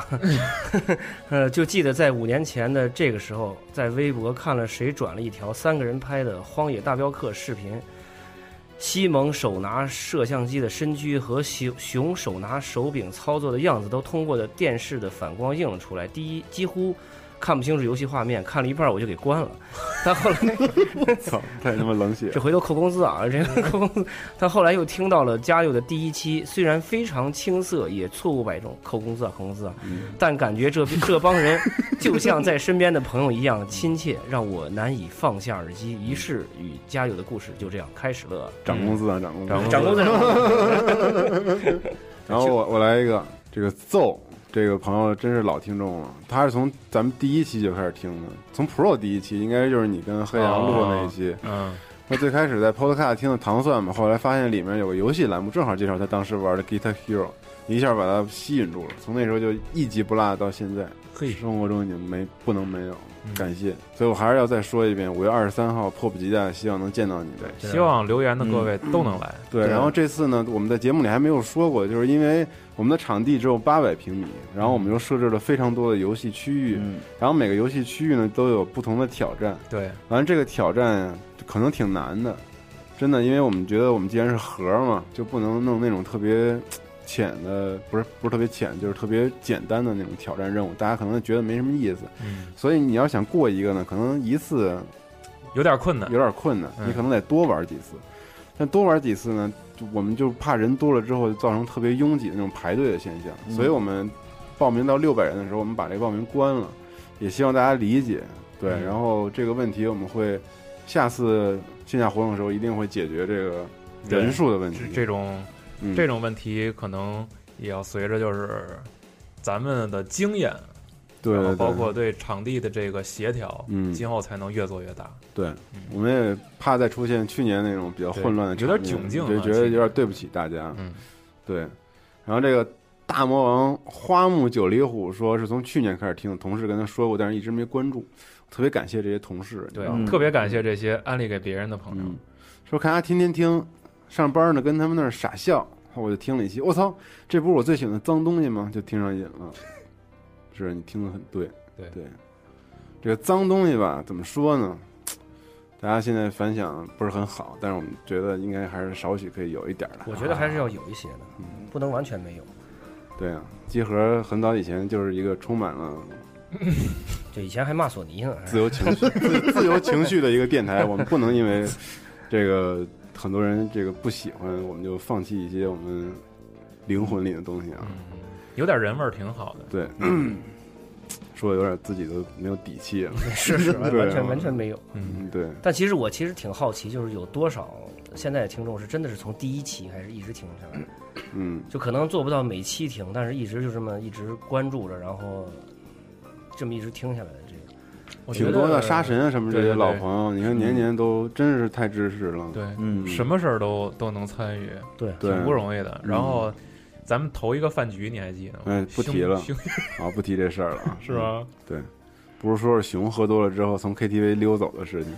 呃，就记得在五年前的这个时候，在微博看了谁转了一条三个人拍的《荒野大镖客》视频，西蒙手拿摄像机的身躯和熊熊手拿手柄操作的样子都通过的电视的反光映了出来。第一，几乎看不清楚游戏画面，看了一半我就给关了。但后来操，太他妈冷血这！回头扣工资啊，这个扣工资。但后来又听到了嘉佑的第一期，虽然非常青涩，也错误百种，扣工资啊，扣工资啊，嗯但感觉这这帮人就像在身边的朋友一样亲切，让我难以放下耳机。于是与嘉佑的故事就这样开始了。涨工嗯资啊，涨工资！涨工资，涨工资然后我我来一个这个奏，这个朋友真是老听众了，他是从咱们第一期就开始听的，从 Pro 第一期应该就是你跟黑羊录的那一期。嗯，他最开始在 Podcast 听的糖蒜嘛，后来发现里面有个游戏栏目，正好介绍他当时玩的 Guitar Hero，一下把他吸引住了。从那时候就一集不落到现在，可以生活中已经没不能没有，感谢。所以我还是要再说一遍，五月二十三号迫不及待，希望能见到你们。希望留言的各嗯位都能来。对，然后这次呢，我们在节目里还没有说过，就是因为我们的场地只有八百平米，然后我们又设置了非常多的游戏区域，嗯然后每个游戏区域呢都有不同的挑战，对，完了这个挑战呀可能挺难的，真的，因为我们觉得我们既然是盒儿嘛，就不能弄那种特别浅的，不是不是特别浅，就是特别简单的那种挑战任务，大家可能觉得没什么意思，嗯，所以你要想过一个呢，可能一次有点困难。有点困难，嗯你可能得多玩几次。但多玩几次呢，就我们就怕人多了之后就造成特别拥挤的那种排队的现象，嗯所以我们报名到六百人的时候，我们把这个报名关了，也希望大家理解。对，嗯然后这个问题我们会下次线下活动的时候一定会解决这个人数的问题这。这种嗯这种问题可能也要随着就是咱们的经验，对然对后对包括对场地的这个协调，嗯今后才能越做越大。对，我们也怕再出现去年那种比较混乱的嗯对场有面，点窘境啊就觉得其实有点对不起大家。嗯，对。然后这个大魔王花木九里虎说是从去年开始听，同事跟他说过，但是一直没关注，特别感谢这些同事。你知对，道吗特别感谢这些安利给别人的朋友。嗯，说看他天天听，上班呢跟他们那儿傻笑，我就听了一期，我操，这不是我最喜欢的脏东西吗？就听上瘾了。是你听的很对，对对，这个脏东西吧，怎么说呢？大家现在反响不是很好，但是我们觉得应该还是少许可以有一点儿的。我觉得还是要有一些的，不能完全没有。对啊，集合很早以前就是一个充满了就以前还骂索尼呢，自由情 绪、自自由情绪的一个电台，我们不能因为这个很多人这个不喜欢，我们就放弃一些我们灵魂里的东西啊。有点人味儿挺好的，对，嗯 说的有点自己都没有底气了。是是完对啊完全完全没有。嗯，对，但其实我其实挺好奇，就是有多少现在的听众是真的是从第一期开始一直听下来，嗯，就可能做不到每期听，但是一直就这么一直关注着，然后这么一直听下来的这个。我觉挺得多的杀神啊什么这对些对对老朋友，你看年年都真是太支持了。对，嗯，什么事儿都都能参与，对，对挺不容易的。然后咱们头一个饭局你还记得吗？哎不兄提了兄，啊，不提这事儿了啊是？嗯吧？不是说是熊喝多了之后从 KTV 溜走的事情，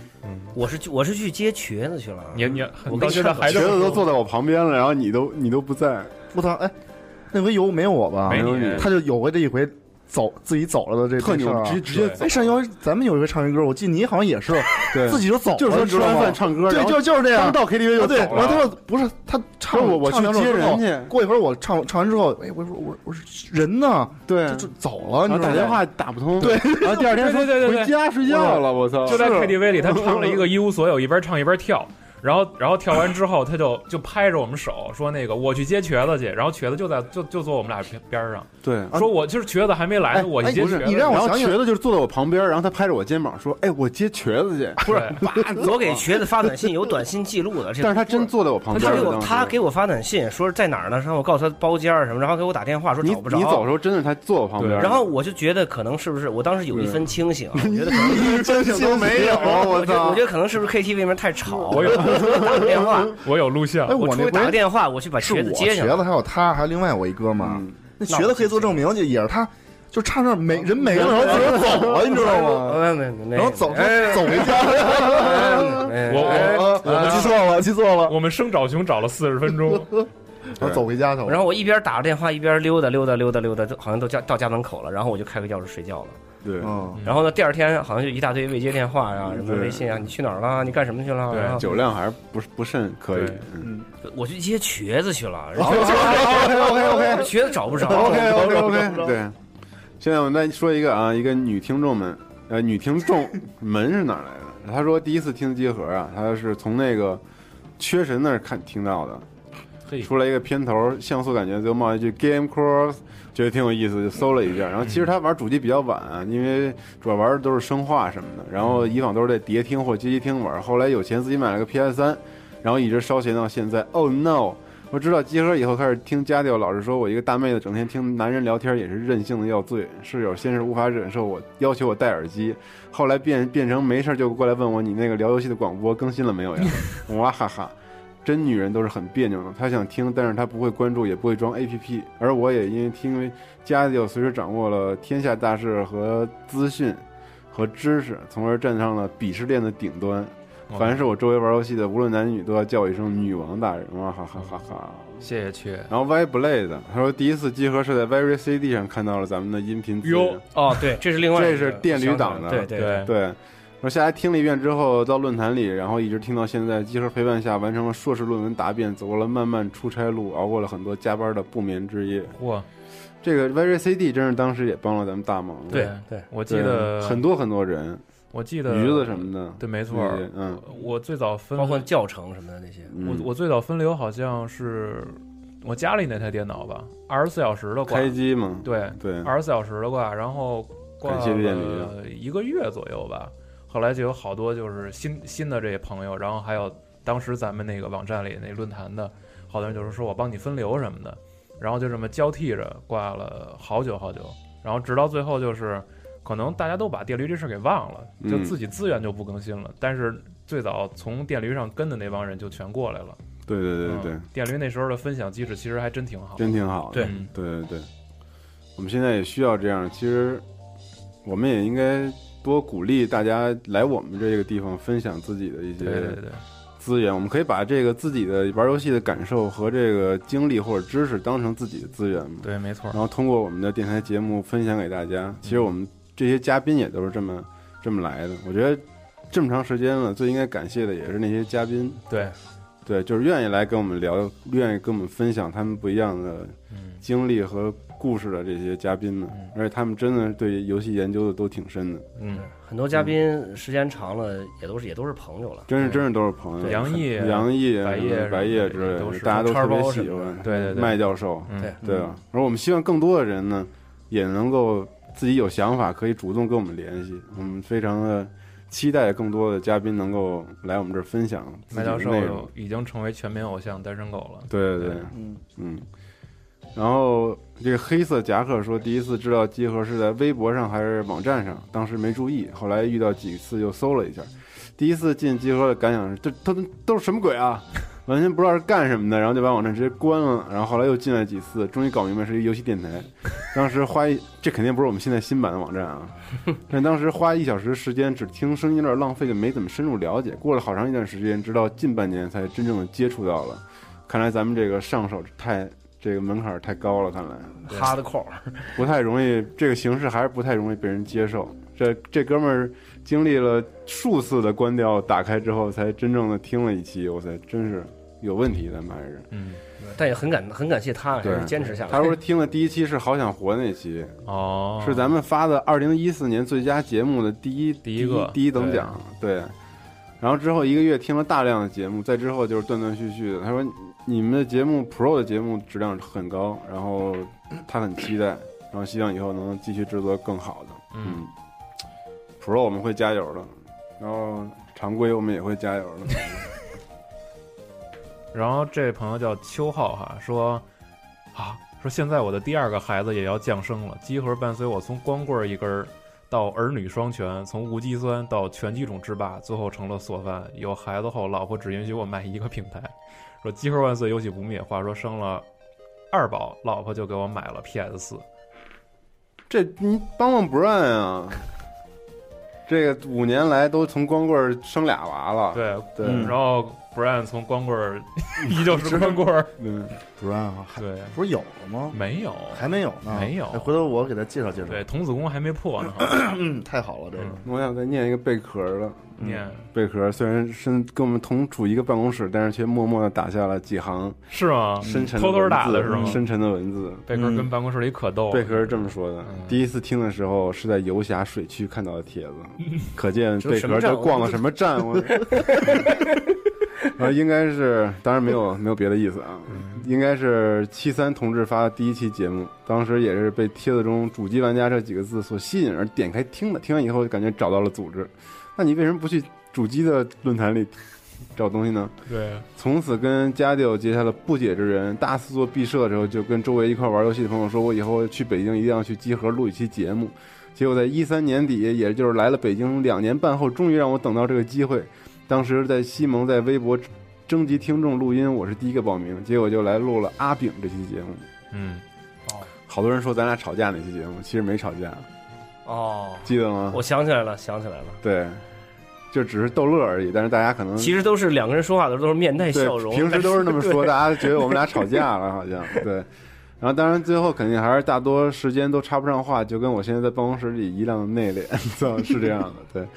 我是去我是去接瘸子去了啊， 你你哦我跟你到你现在看还瘸这子么都说坐在我旁边了，然后你都你都不在，我操，哎，那回有没有我吧？没你他就有过这一回走自己走了的这特这事牛儿，啊直直接走哎，，上一回咱们有一回唱一歌，我记得你好像也是对，自己就走了，就是说你知吃道完吗饭唱歌，对，然后就就是这刚。样到 KTV 就啊，对，走然后他了。说不是，他不唱是我，我去唱两首接之后人。去，过一会儿我唱唱完之后，哎，我说我我是人呢，对就就走了，嗯然你后知道打电吗？话打不通，对，然后第二天说对对对对对回家睡觉了，我操，就在 KTV 里，他唱了一个一无所有，一边唱一边跳，然后然后跳完之后，他就就拍着我们手说那个我去接瘸子去，然后瘸子就在就就坐我们俩边边上， 对。说我就是瘸子还没来哎呢，我去哎接不是瘸你子。让我然后想起瘸来子就是坐在我旁边，然后他拍着我肩膀说：“哎，我接瘸子去。不是，我给瘸子发短信，有短信记录的。”这但是他真坐在我旁边他了给。我当时他给我发短信说是在哪儿呢，然后我告诉他包间儿什么，然后给我打电话说你找不着。你走的时候真的他坐我旁边，然后我就觉得可能是不是我当时有一分清醒啊，我觉得可 能真是都没有，我 我觉啊得我操觉！得可能是不是 KTV 里面太 吵，我有打个电话， 我有录像哎，，我我出那去打个回电话，我去把是瘸我子接瘸上。子还有他，还有另外我一哥嗯们儿，那瘸子可以做证明，就也是他，就差那儿没人嗯没了，然后自个儿走了，你知道吗？没没没，然后走哎走回家，我哎我我记错了，记错了，我们生找熊找了四十分 钟，然后走回家去了。然后我一边打着电话一边溜达溜达溜达溜达，好像都家到家门口了，然后我就开个钥匙睡觉了。对，嗯，然后呢，第二天好像就一大堆未接电话啊，什么对微信啊，你去哪儿了？你干什么去了？对然 后酒量还是不是不甚可以对。嗯我去接 瘸子去了，然后哦 OK OK OK 瘸子找不着。 OK OK OK，对。现在我们再说一个啊，一个女听众们，呃，女听众们是哪儿来的？ 她说第一次听集合啊，她是从那个缺神那儿看听到的。嘿出来一个片头，像素感觉就冒一句 Game Cross，觉得挺有意思，就搜了一下。然后其实他玩主机比较晚，啊因为主要玩的都是生化什么的，然后以往都是在碟厅或街机厅玩。后来有钱自己买了个 PS 三，然后一直烧钱到现在。Oh no！我知道集合以后开始听家教，老师说我一个大妹子整天听男人聊天也是任性的要醉。室友先是无法忍受我要求我戴耳机，后来变变成没事就过来问我你那个聊游戏的广播更新了没有呀？ 哇哈哈！真女人都是很别扭的，她想听，但是她不会关注，也不会装 APP。而我也因为听因为家就随时掌握了天下大事和资讯和知识，从而站上了鄙视链的顶端。哦凡是我周围玩游戏的，无论男女，都要叫我一声“女王大人”。哇哈哈哈哈！谢谢缺，然后 Y Blade 他说第一次集合是在 Very CD 上看到了咱们的音频资源哟，哦，对，这是另外一个，这是电驴党的对对对，对。我下来听了一遍之后，到论坛里，然后一直听到现在，集合陪伴下完成了硕士论文答辩，走过了漫漫出差路，熬过了很多加班的不眠之夜。嚯，这个 Very CD 真是当时也帮了咱们大忙，对对我记对，得很，多很多人，我记得鱼子什，么的，对，没没错儿，嗯，我最早分包括教程什么的那些，我嗯我最早分流好像是我家里那台电脑吧，二十四小时的挂，开机嘛，对，对，二十四小时的挂，然后挂感谢电驴啊了一个月左右吧。后来就有好多就是新新的这些朋友，然后还有当时咱们那个网站里那论坛的好多人就是说我帮你分流什么的，然后就这么交替着挂了好久好久，然后直到最后就是可能大家都把电驴这事儿给忘了，就嗯自己资源就不更新了，但是最早从电驴上跟的那帮人就全过来了。对对对对对嗯，电驴那时候的分享机制其实还真挺好。真挺好的。对嗯对对对，我们现在也需要这样。其实，我们也应该多鼓励大家来我们这个地方分享自己的一对些对对，资源。我们可以把这个自己的玩游戏的感受和这个经历或者知识当成自己的资源嘛。对，没错然。后通过我们的电台节目分享给大家。其实我们这些嘉宾也都是这么这么来的。我觉得这么长时间了，最应该感谢的也是那些嘉宾。对，对，就是愿意来跟我们聊，愿意跟我们分享他们不一样的嗯，经历和故事的这些嘉宾们嗯，而且他们真的对游戏研究的都挺深的，嗯，很多嘉宾时间长了也都是也都是朋友了，真是对真是都是朋友。对杨毅，嗯杨毅、白夜什么白夜什么的之类都的，是大家都特别叉包喜什么欢。对对对麦教授，嗯对对吧？而我们希望更多的人呢，也能够自己有想法，可以主动跟我们联系。我们非常的期待更多的嘉宾能够来我们这儿分享自己麦的教内容。授已经成为全民偶像单身狗了。对对，对对，嗯嗯。然后这个黑色夹克说，第一次知道集合是在微博上还是网站上，当时没注意，后来遇到几次又搜了一下。第一次进集合的感想是，这他们都是什么鬼啊？完全不知道是干什么的，然后就把网站直接关了。然后后来又进来几次，终于搞明白是一个游戏电台。当时花一，这肯定不是我们现在新版的网站啊，但当时花一小时时间只听声音有点浪费，就没怎么深入了解。过了好长一段时间，直到近半年才真正的接触到了。看来咱们这个上手太这个门槛儿太高了，看来哈的扣，不太容易，这个形式还是不太容易被人接受。这这哥们儿经历了数次的关掉、打开之后，才真正的听了一期，我才真是有问题，咱们还是。嗯，但也很感很感谢他，还对是坚持下来。他说听了第一期是《好想活》那期，哦，嗯是咱们发的二零一四年最佳节目的第一第一个第一等奖，对。然后之后一个月听了大量的节目，再之后就是断断续续的。他说你们的节目 Pro 的节目质量很高，然后他很期 待，然后希望以后能继续制作更好的。嗯， ，Pro 我们会加油的，然后常规我们也会加油 的。然后这位朋友叫邱浩哈，说啊，说现在我的第二个孩子也要降生了，集合伴随我从光棍儿一根儿到儿女双全，从无机酸到拳击种制霸，最后成了索饭。有孩子后，老婆只允许我买一个品牌，说集合万岁，游戏不灭。话说生了二宝，老婆就给我买了 PS 四。这你帮帮不让啊！这个五年来都从光棍儿生俩娃了，对，嗯对然后 Brian 从光棍儿依旧是光棍儿，嗯，不然啊， 对，不是有了吗？没有，还没有呢，没有哎回头我给他介绍介绍。对，童子功还没破呢，嗯，太好了，这个嗯我想再念一个贝壳儿的。念贝壳儿虽然身跟我们同处一个办公室，但是却默默的打下了几行是吗？深沉的偷偷文打字嗯的是吗嗯深沉的文字。贝壳跟办公室里可哦逗了，贝壳是这么说的：嗯第一次听的时候是在游侠水区看到的 帖子，可见贝什么壳站这逛了什么站？ 我，呃，应该是，当然没有没有别的意思啊，嗯应该是七三同志发的第一期节目，当时也是被帖子中“主机玩家”这几个字所吸引而点开听的，听完以后感觉找到了组织。那你为什么不去主机的论坛里找东西呢？对，从此跟家迪结下了不解之缘。大四做毕设的时候，就跟周围一块玩游戏的朋友说，我以后去北京一定要去集合录一期节目。结果在一三年底，也就是来了北京两年半后，终于让我等到这个机会。当时在西蒙在微博征集听众录音，我是第一个报名，结果就来录了阿炳这期节目。嗯，好多人说咱俩吵架那期节目，其实没吵架，哦，记得吗我？想起来了，想起来了，对，就只是逗乐而已。但是大家可能其实都是两个人说话的时候都是面带嗯对，笑容，平时都是那么说，的。大家觉得我们俩吵架了，好像对。然后当然最后肯定还是大多时间都插不上话，就跟我现在在办公室里一样的内敛， 操是这样的。对，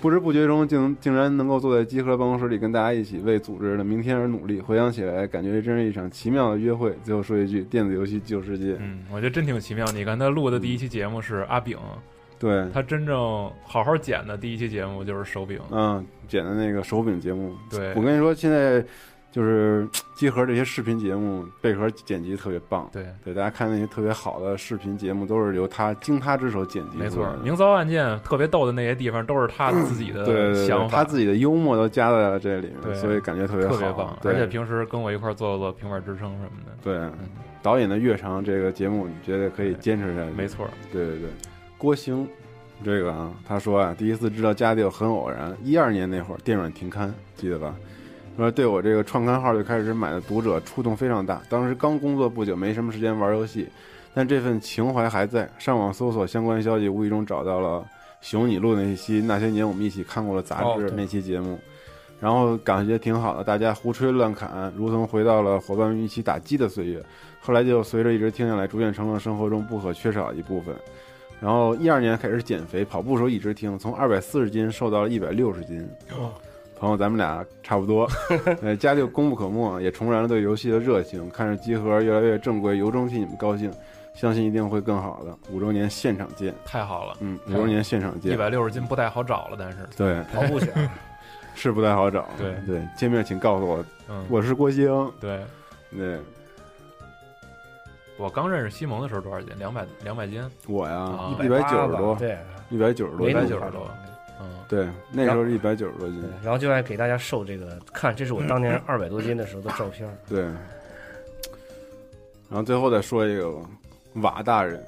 不知不觉中竟竟然能够坐在集合办公室里跟大家一起为组织的明天而努力，回想起来感觉真是一场奇妙的约会。最后说一句，电子游戏救世界。嗯，我觉得真挺奇妙。你看他录的第一期节目是阿炳，嗯对，他真正好好剪的第一期节目就是手柄，嗯，剪的那个手柄节目，对我跟你说，现在就是集合这些视频节目，贝壳剪辑特别棒。对，对，大家看那些特别好的视频节目，都是由他经他之手剪辑出来没错的，明骚案件特别逗的那些地方都是他自己嗯对对的对想对，法，他自己的幽默都加在了这里对面，所以感觉特别好，特别棒。对而且平嗯时跟我一块儿做做平板支撑什么的，对导演的越长，这个节目你觉得可以坚持下去？没，错，对对对。郭兴，这个啊，他说啊，第一次知道家里很偶然，一二年那会儿电软停刊，记得吧？说对我这个创刊号就开始买的读者触动非常大。当时刚工作不久，没什么时间玩游戏，但这份情怀还在。上网搜索相关消息，无意中找到了熊你录那一期《那些年我们一起看过的杂哦志对》那期节目，然后感觉挺好的，大家胡吹乱侃，如同回到了伙伴们一起打鸡的岁月。后来就随着一直听下来，逐渐成了生活中不可缺少的一部分。然后一二年开始减肥，跑步时候一直听，从二百四十斤瘦到了一百六十斤。朋友，咱们俩差不多。呃，家就功不可没，也重燃了对游戏的热情。看着集合越来越正规，由衷替你们高兴，相信一定会更好的。五周年现场见，太好了，嗯，五周年现场一见。百六十斤不太好找了，但是对，跑步去啊，是不太好找。对对，见面请告诉我，嗯，我是郭兴。对对，我刚认识西蒙的时候多少斤？两百两百斤，我啊 哦呀，一百九十多，对，一百九十多，没一那百么九夸十张多，嗯，对，那时候一百九十多斤对。然后就爱给大家瘦这个，看这是我当年二百多斤的时候的照片儿，对，然后最后再说一个吧，瓦大人，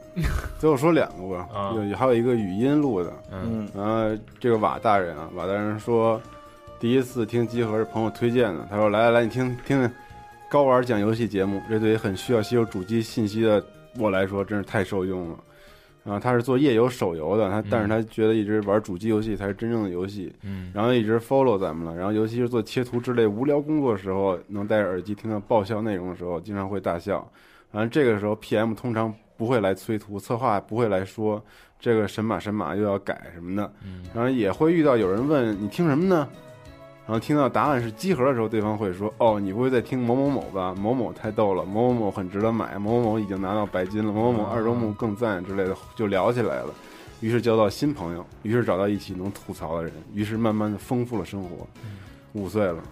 最后说两个吧，啊有还有一个语音录的，嗯嗯，然后这个瓦大人啊，瓦大人说，第一次听集合是朋友推荐的，他说来来来，你听听听高玩讲游戏节目，这对于很需要吸收主机信息的我来说，真是太受用了。然后他是做夜游手游的，他但是他觉得一直玩主机游戏才是真正的游戏，嗯，然后一直 follow 咱们了，然后尤其是做切图之类无聊工作的时候，能戴着耳机听到爆笑内容的时候，经常会大笑。然后这个时候 PM 通常不会来催图，策划不会来说这个神马神马又要改什么的，嗯然后也会遇到有人问你听什么呢？然后听到答案是集合的时候，对方会说：“哦，你不会在听某某某吧？某某太逗了，某某某很值得买，某某某已经拿到白金了，某某某啊二周目更赞之类的，就聊起来了。”于是交到新朋友，于是找到一起能吐槽的人，于是慢慢的丰富了生活。嗯五岁了，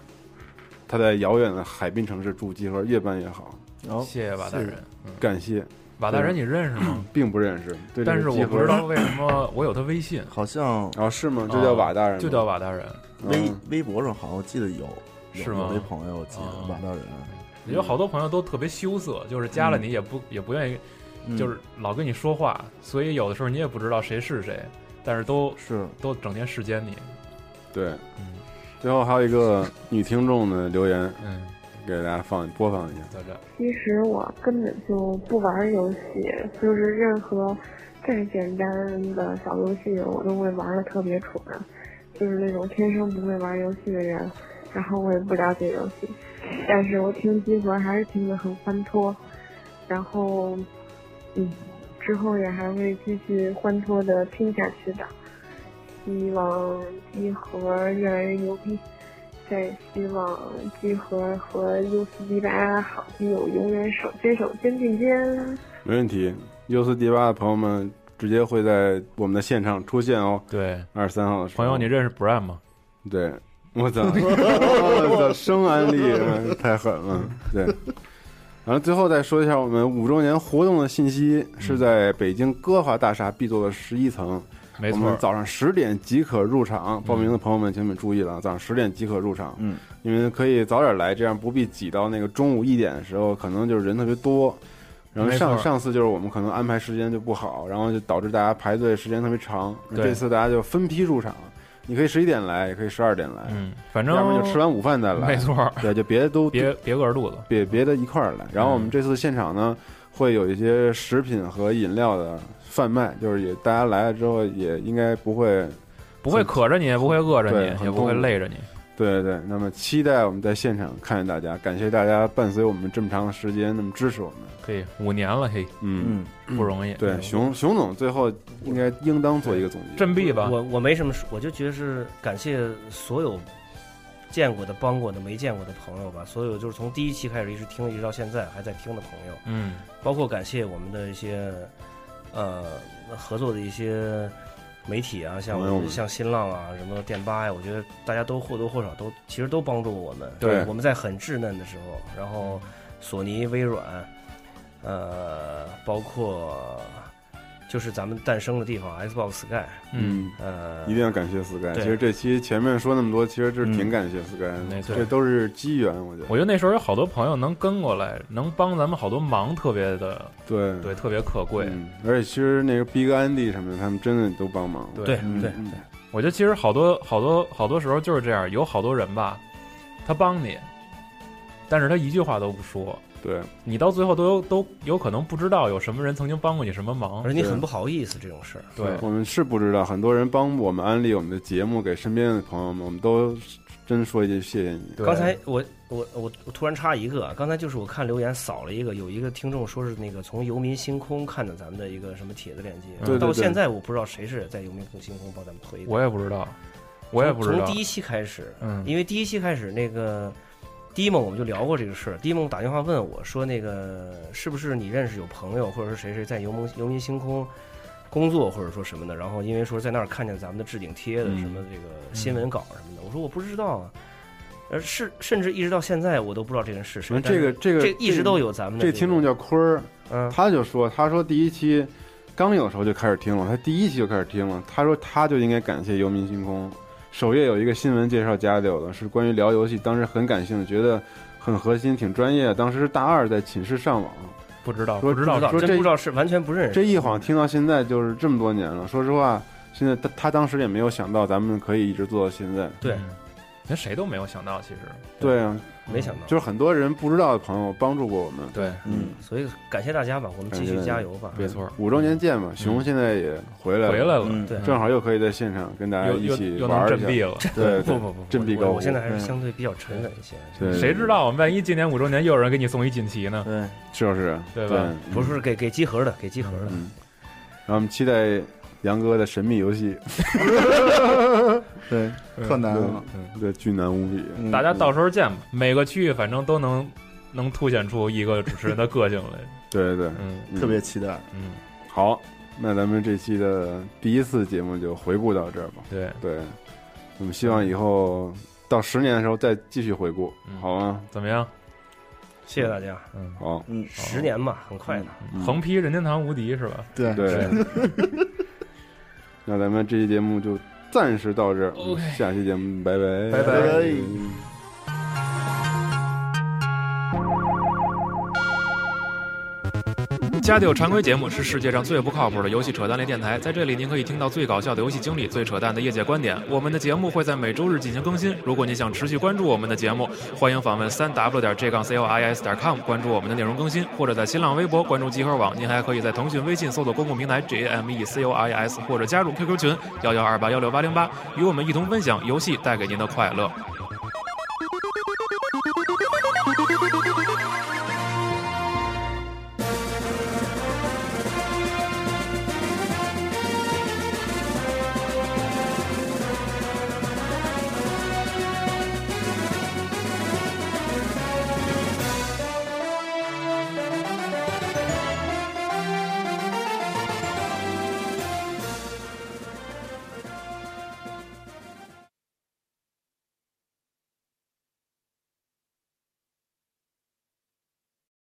他在遥远的海滨城市住集合，越办越好。然后谢谢瓦大人，感谢，瓦大人你认识吗？并不认识，对这但个是集我不合知道为什么 我有他微信，好像啊，是吗？就叫瓦大人吗，就叫瓦大人。微嗯微博上好像我记得有，有是吗有一朋友记得啊瓦大人，有好多朋友都特别羞涩，就是加了你也不也不愿意，嗯就是老跟你说话，所以有的时候你也不知道谁是谁，但是都是都整天世间你。对嗯。最后还有一个女听众的留言，嗯，给大家放播放一下。在这其实我根本就不玩游戏，就是任何再简单的小游戏，我都会玩的特别蠢，就是那种天生不会玩游戏的人，然后我也不了解游戏，但是我听集合还是听得很欢脱，然后，嗯，之后也还会继续欢脱的听下去的，希望集合越来越牛逼，再希望集合和 U 四 D 八啊好基友永远手牵手肩并肩。没问题。U 四 D 八的朋友们直接会在我们的现场出现哦。对，二十三号的时候朋友，你认识 Brian 吗？对，我 操，我操，生安利太狠了，对。然后最后再说一下我们五周年活动的信息，是在北京歌华大厦 B 座的十一层。没我错们早上十点即可入场，报名的朋友们，请你们注意了，早上十点即可入场。嗯，你们可以早点来，这样不必挤到那个中午一点的时候，可能就是人特别多。然后没上错上次就是我们可能安排时间就不好，然后就导致大家排队时间特别长。对这次大家就分批入场，你可以十一点来，也可以十二点来，嗯，反正要么就吃完午饭再来。没，错，对，就别都别别饿着肚 子。别别的一块儿来。然后我们这次现场呢，会有一些食品和饮料的贩卖，就是也大家来了之后也应该不会，不会渴着你，也不会饿着对你，很也不会痛苦累着你。对对对。那么期待我们在现场看见大家，感谢大家伴随我们这么长的时间，那么支持我们。嘿，五年了，嘿，嗯，嗯，不容易。对，熊熊总最后应该应当做一个总结。振臂吧，我我没什么说，我就觉得是感谢所有见过的、帮过的、没见过的朋友吧，所有就是从第一期开始一直听，一直到现在还在听的朋友，嗯，包括感谢我们的一些呃合作的一些媒体啊，像朋友我们们像新浪啊、什么电八呀，我觉得大家都或多或少都其实都帮助我们。对嗯我们在很稚嫩的时候，然后索尼、微软，呃，包括就是咱们诞生的地方 Xbox Sky，嗯，呃，一定要感谢 Sky。对其实这期前面说那么多，其实就是挺感谢 Sky，的、嗯没错这都是机缘，我觉得。我觉得那时候有好多朋友能跟过来，能帮咱们好多忙，特别的对对，特别可贵。嗯，而且其实那个 Big Andy 什么的，他们真的都帮忙。对对嗯对，嗯我觉得其实好多好多好多时候就是这样，有好多人吧，他帮你，但是他一句话都不说，对，你到最后都有都有可能不知道有什么人曾经帮过你什么忙哎而。且你很不好意思这种事儿。对，我们是不知道，很多人帮我们安利我们的节目给身边的朋友们，我们都真说一句谢谢你。对刚才我我我我突然插一个啊，刚才就是我看留言扫了一个，有一个听众说是那个从游民星空看的咱们的一个什么帖子链接，嗯对对到对现在我不知道谁是在游民星空帮咱们推的，我也不知道，我也不知从道第。一期开始，嗯，因为第一期开始那个。第一梦我们就聊过这个事儿，第一梦打电话问我说：“那个是不是你认识有朋友，或者是谁谁在游民游民星空工作，或者说什么的？然后因为说在那儿看见咱们的置顶贴的嗯什么这个新闻稿什么的，我说我不知道啊，呃，是甚至一直到现在我都不知道这人是谁。反正这个这但个是这一直都有咱们的这听众叫叫坤儿，嗯，他就说，他说第一期刚有的时候就开始听了，他第一期就开始听了，他说他就应该感谢游民星空。首页有一个新闻介绍家里有的是关于聊游戏，当时很感兴趣，觉得很核心，挺专业的。当时是大二在寝室上网，不知道，说不知道不知道说真这不知道是完全不认识。这一晃听到现在就是这么多年了。说实话，现在他他当时也没有想到咱们可以一直做到现在。对，嗯那谁都没有想到，其实对啊，没想到，就是很多人不知道的朋友帮助过我们。对，嗯，所以感谢大家吧，我们继感续谢加油吧。没错，嗯五周年见嘛，熊现在也回来了，回来了，嗯对嗯正好又可以在现场跟大家又一又起又能玩振一下。臂了。对，不对不不，振臂高我呼我现在还是相对比较沉稳一些，对谁知道万一今年五周年又有人给你送一锦旗呢？对，是不是？对吧嗯不是给给集合的，给集合的。嗯，然后我们期待杨哥的神秘游戏，对，嗯特难啊。对，巨难无比。嗯大家到时候见吧。嗯每个区域反正都能能凸显出一个主持人的个性来。对对 嗯对，特别期待。嗯，好。那咱们这期的第一次节目就回顾到这儿吧。对，对，我们希望以后到十年的时候再继续回顾，嗯好吗？怎么样？谢谢大家，嗯，好，嗯，十年吧，很快的。嗯横批任天堂无敌是吧？对，对。 那咱们这期节目就暂时到这儿 OK 下期节目拜拜，拜拜拜拜家底有常规节目是世界上最不靠谱的游戏扯淡类电台，在这里您可以听到最搞笑的游戏经历、最扯淡的业界观点。我们的节目会在每周日进行更新。如果您想持续关注我们的节目，欢迎访问三 w 点 j 杠 c o i s 点 com 关注我们的内容更新，或者在新浪微博关注集合网。您还可以在腾讯微信搜索公共平台 j m e c o i s，或者加入 QQ 群幺幺二八幺六八零八，与我们一同分享游戏带给您的快乐。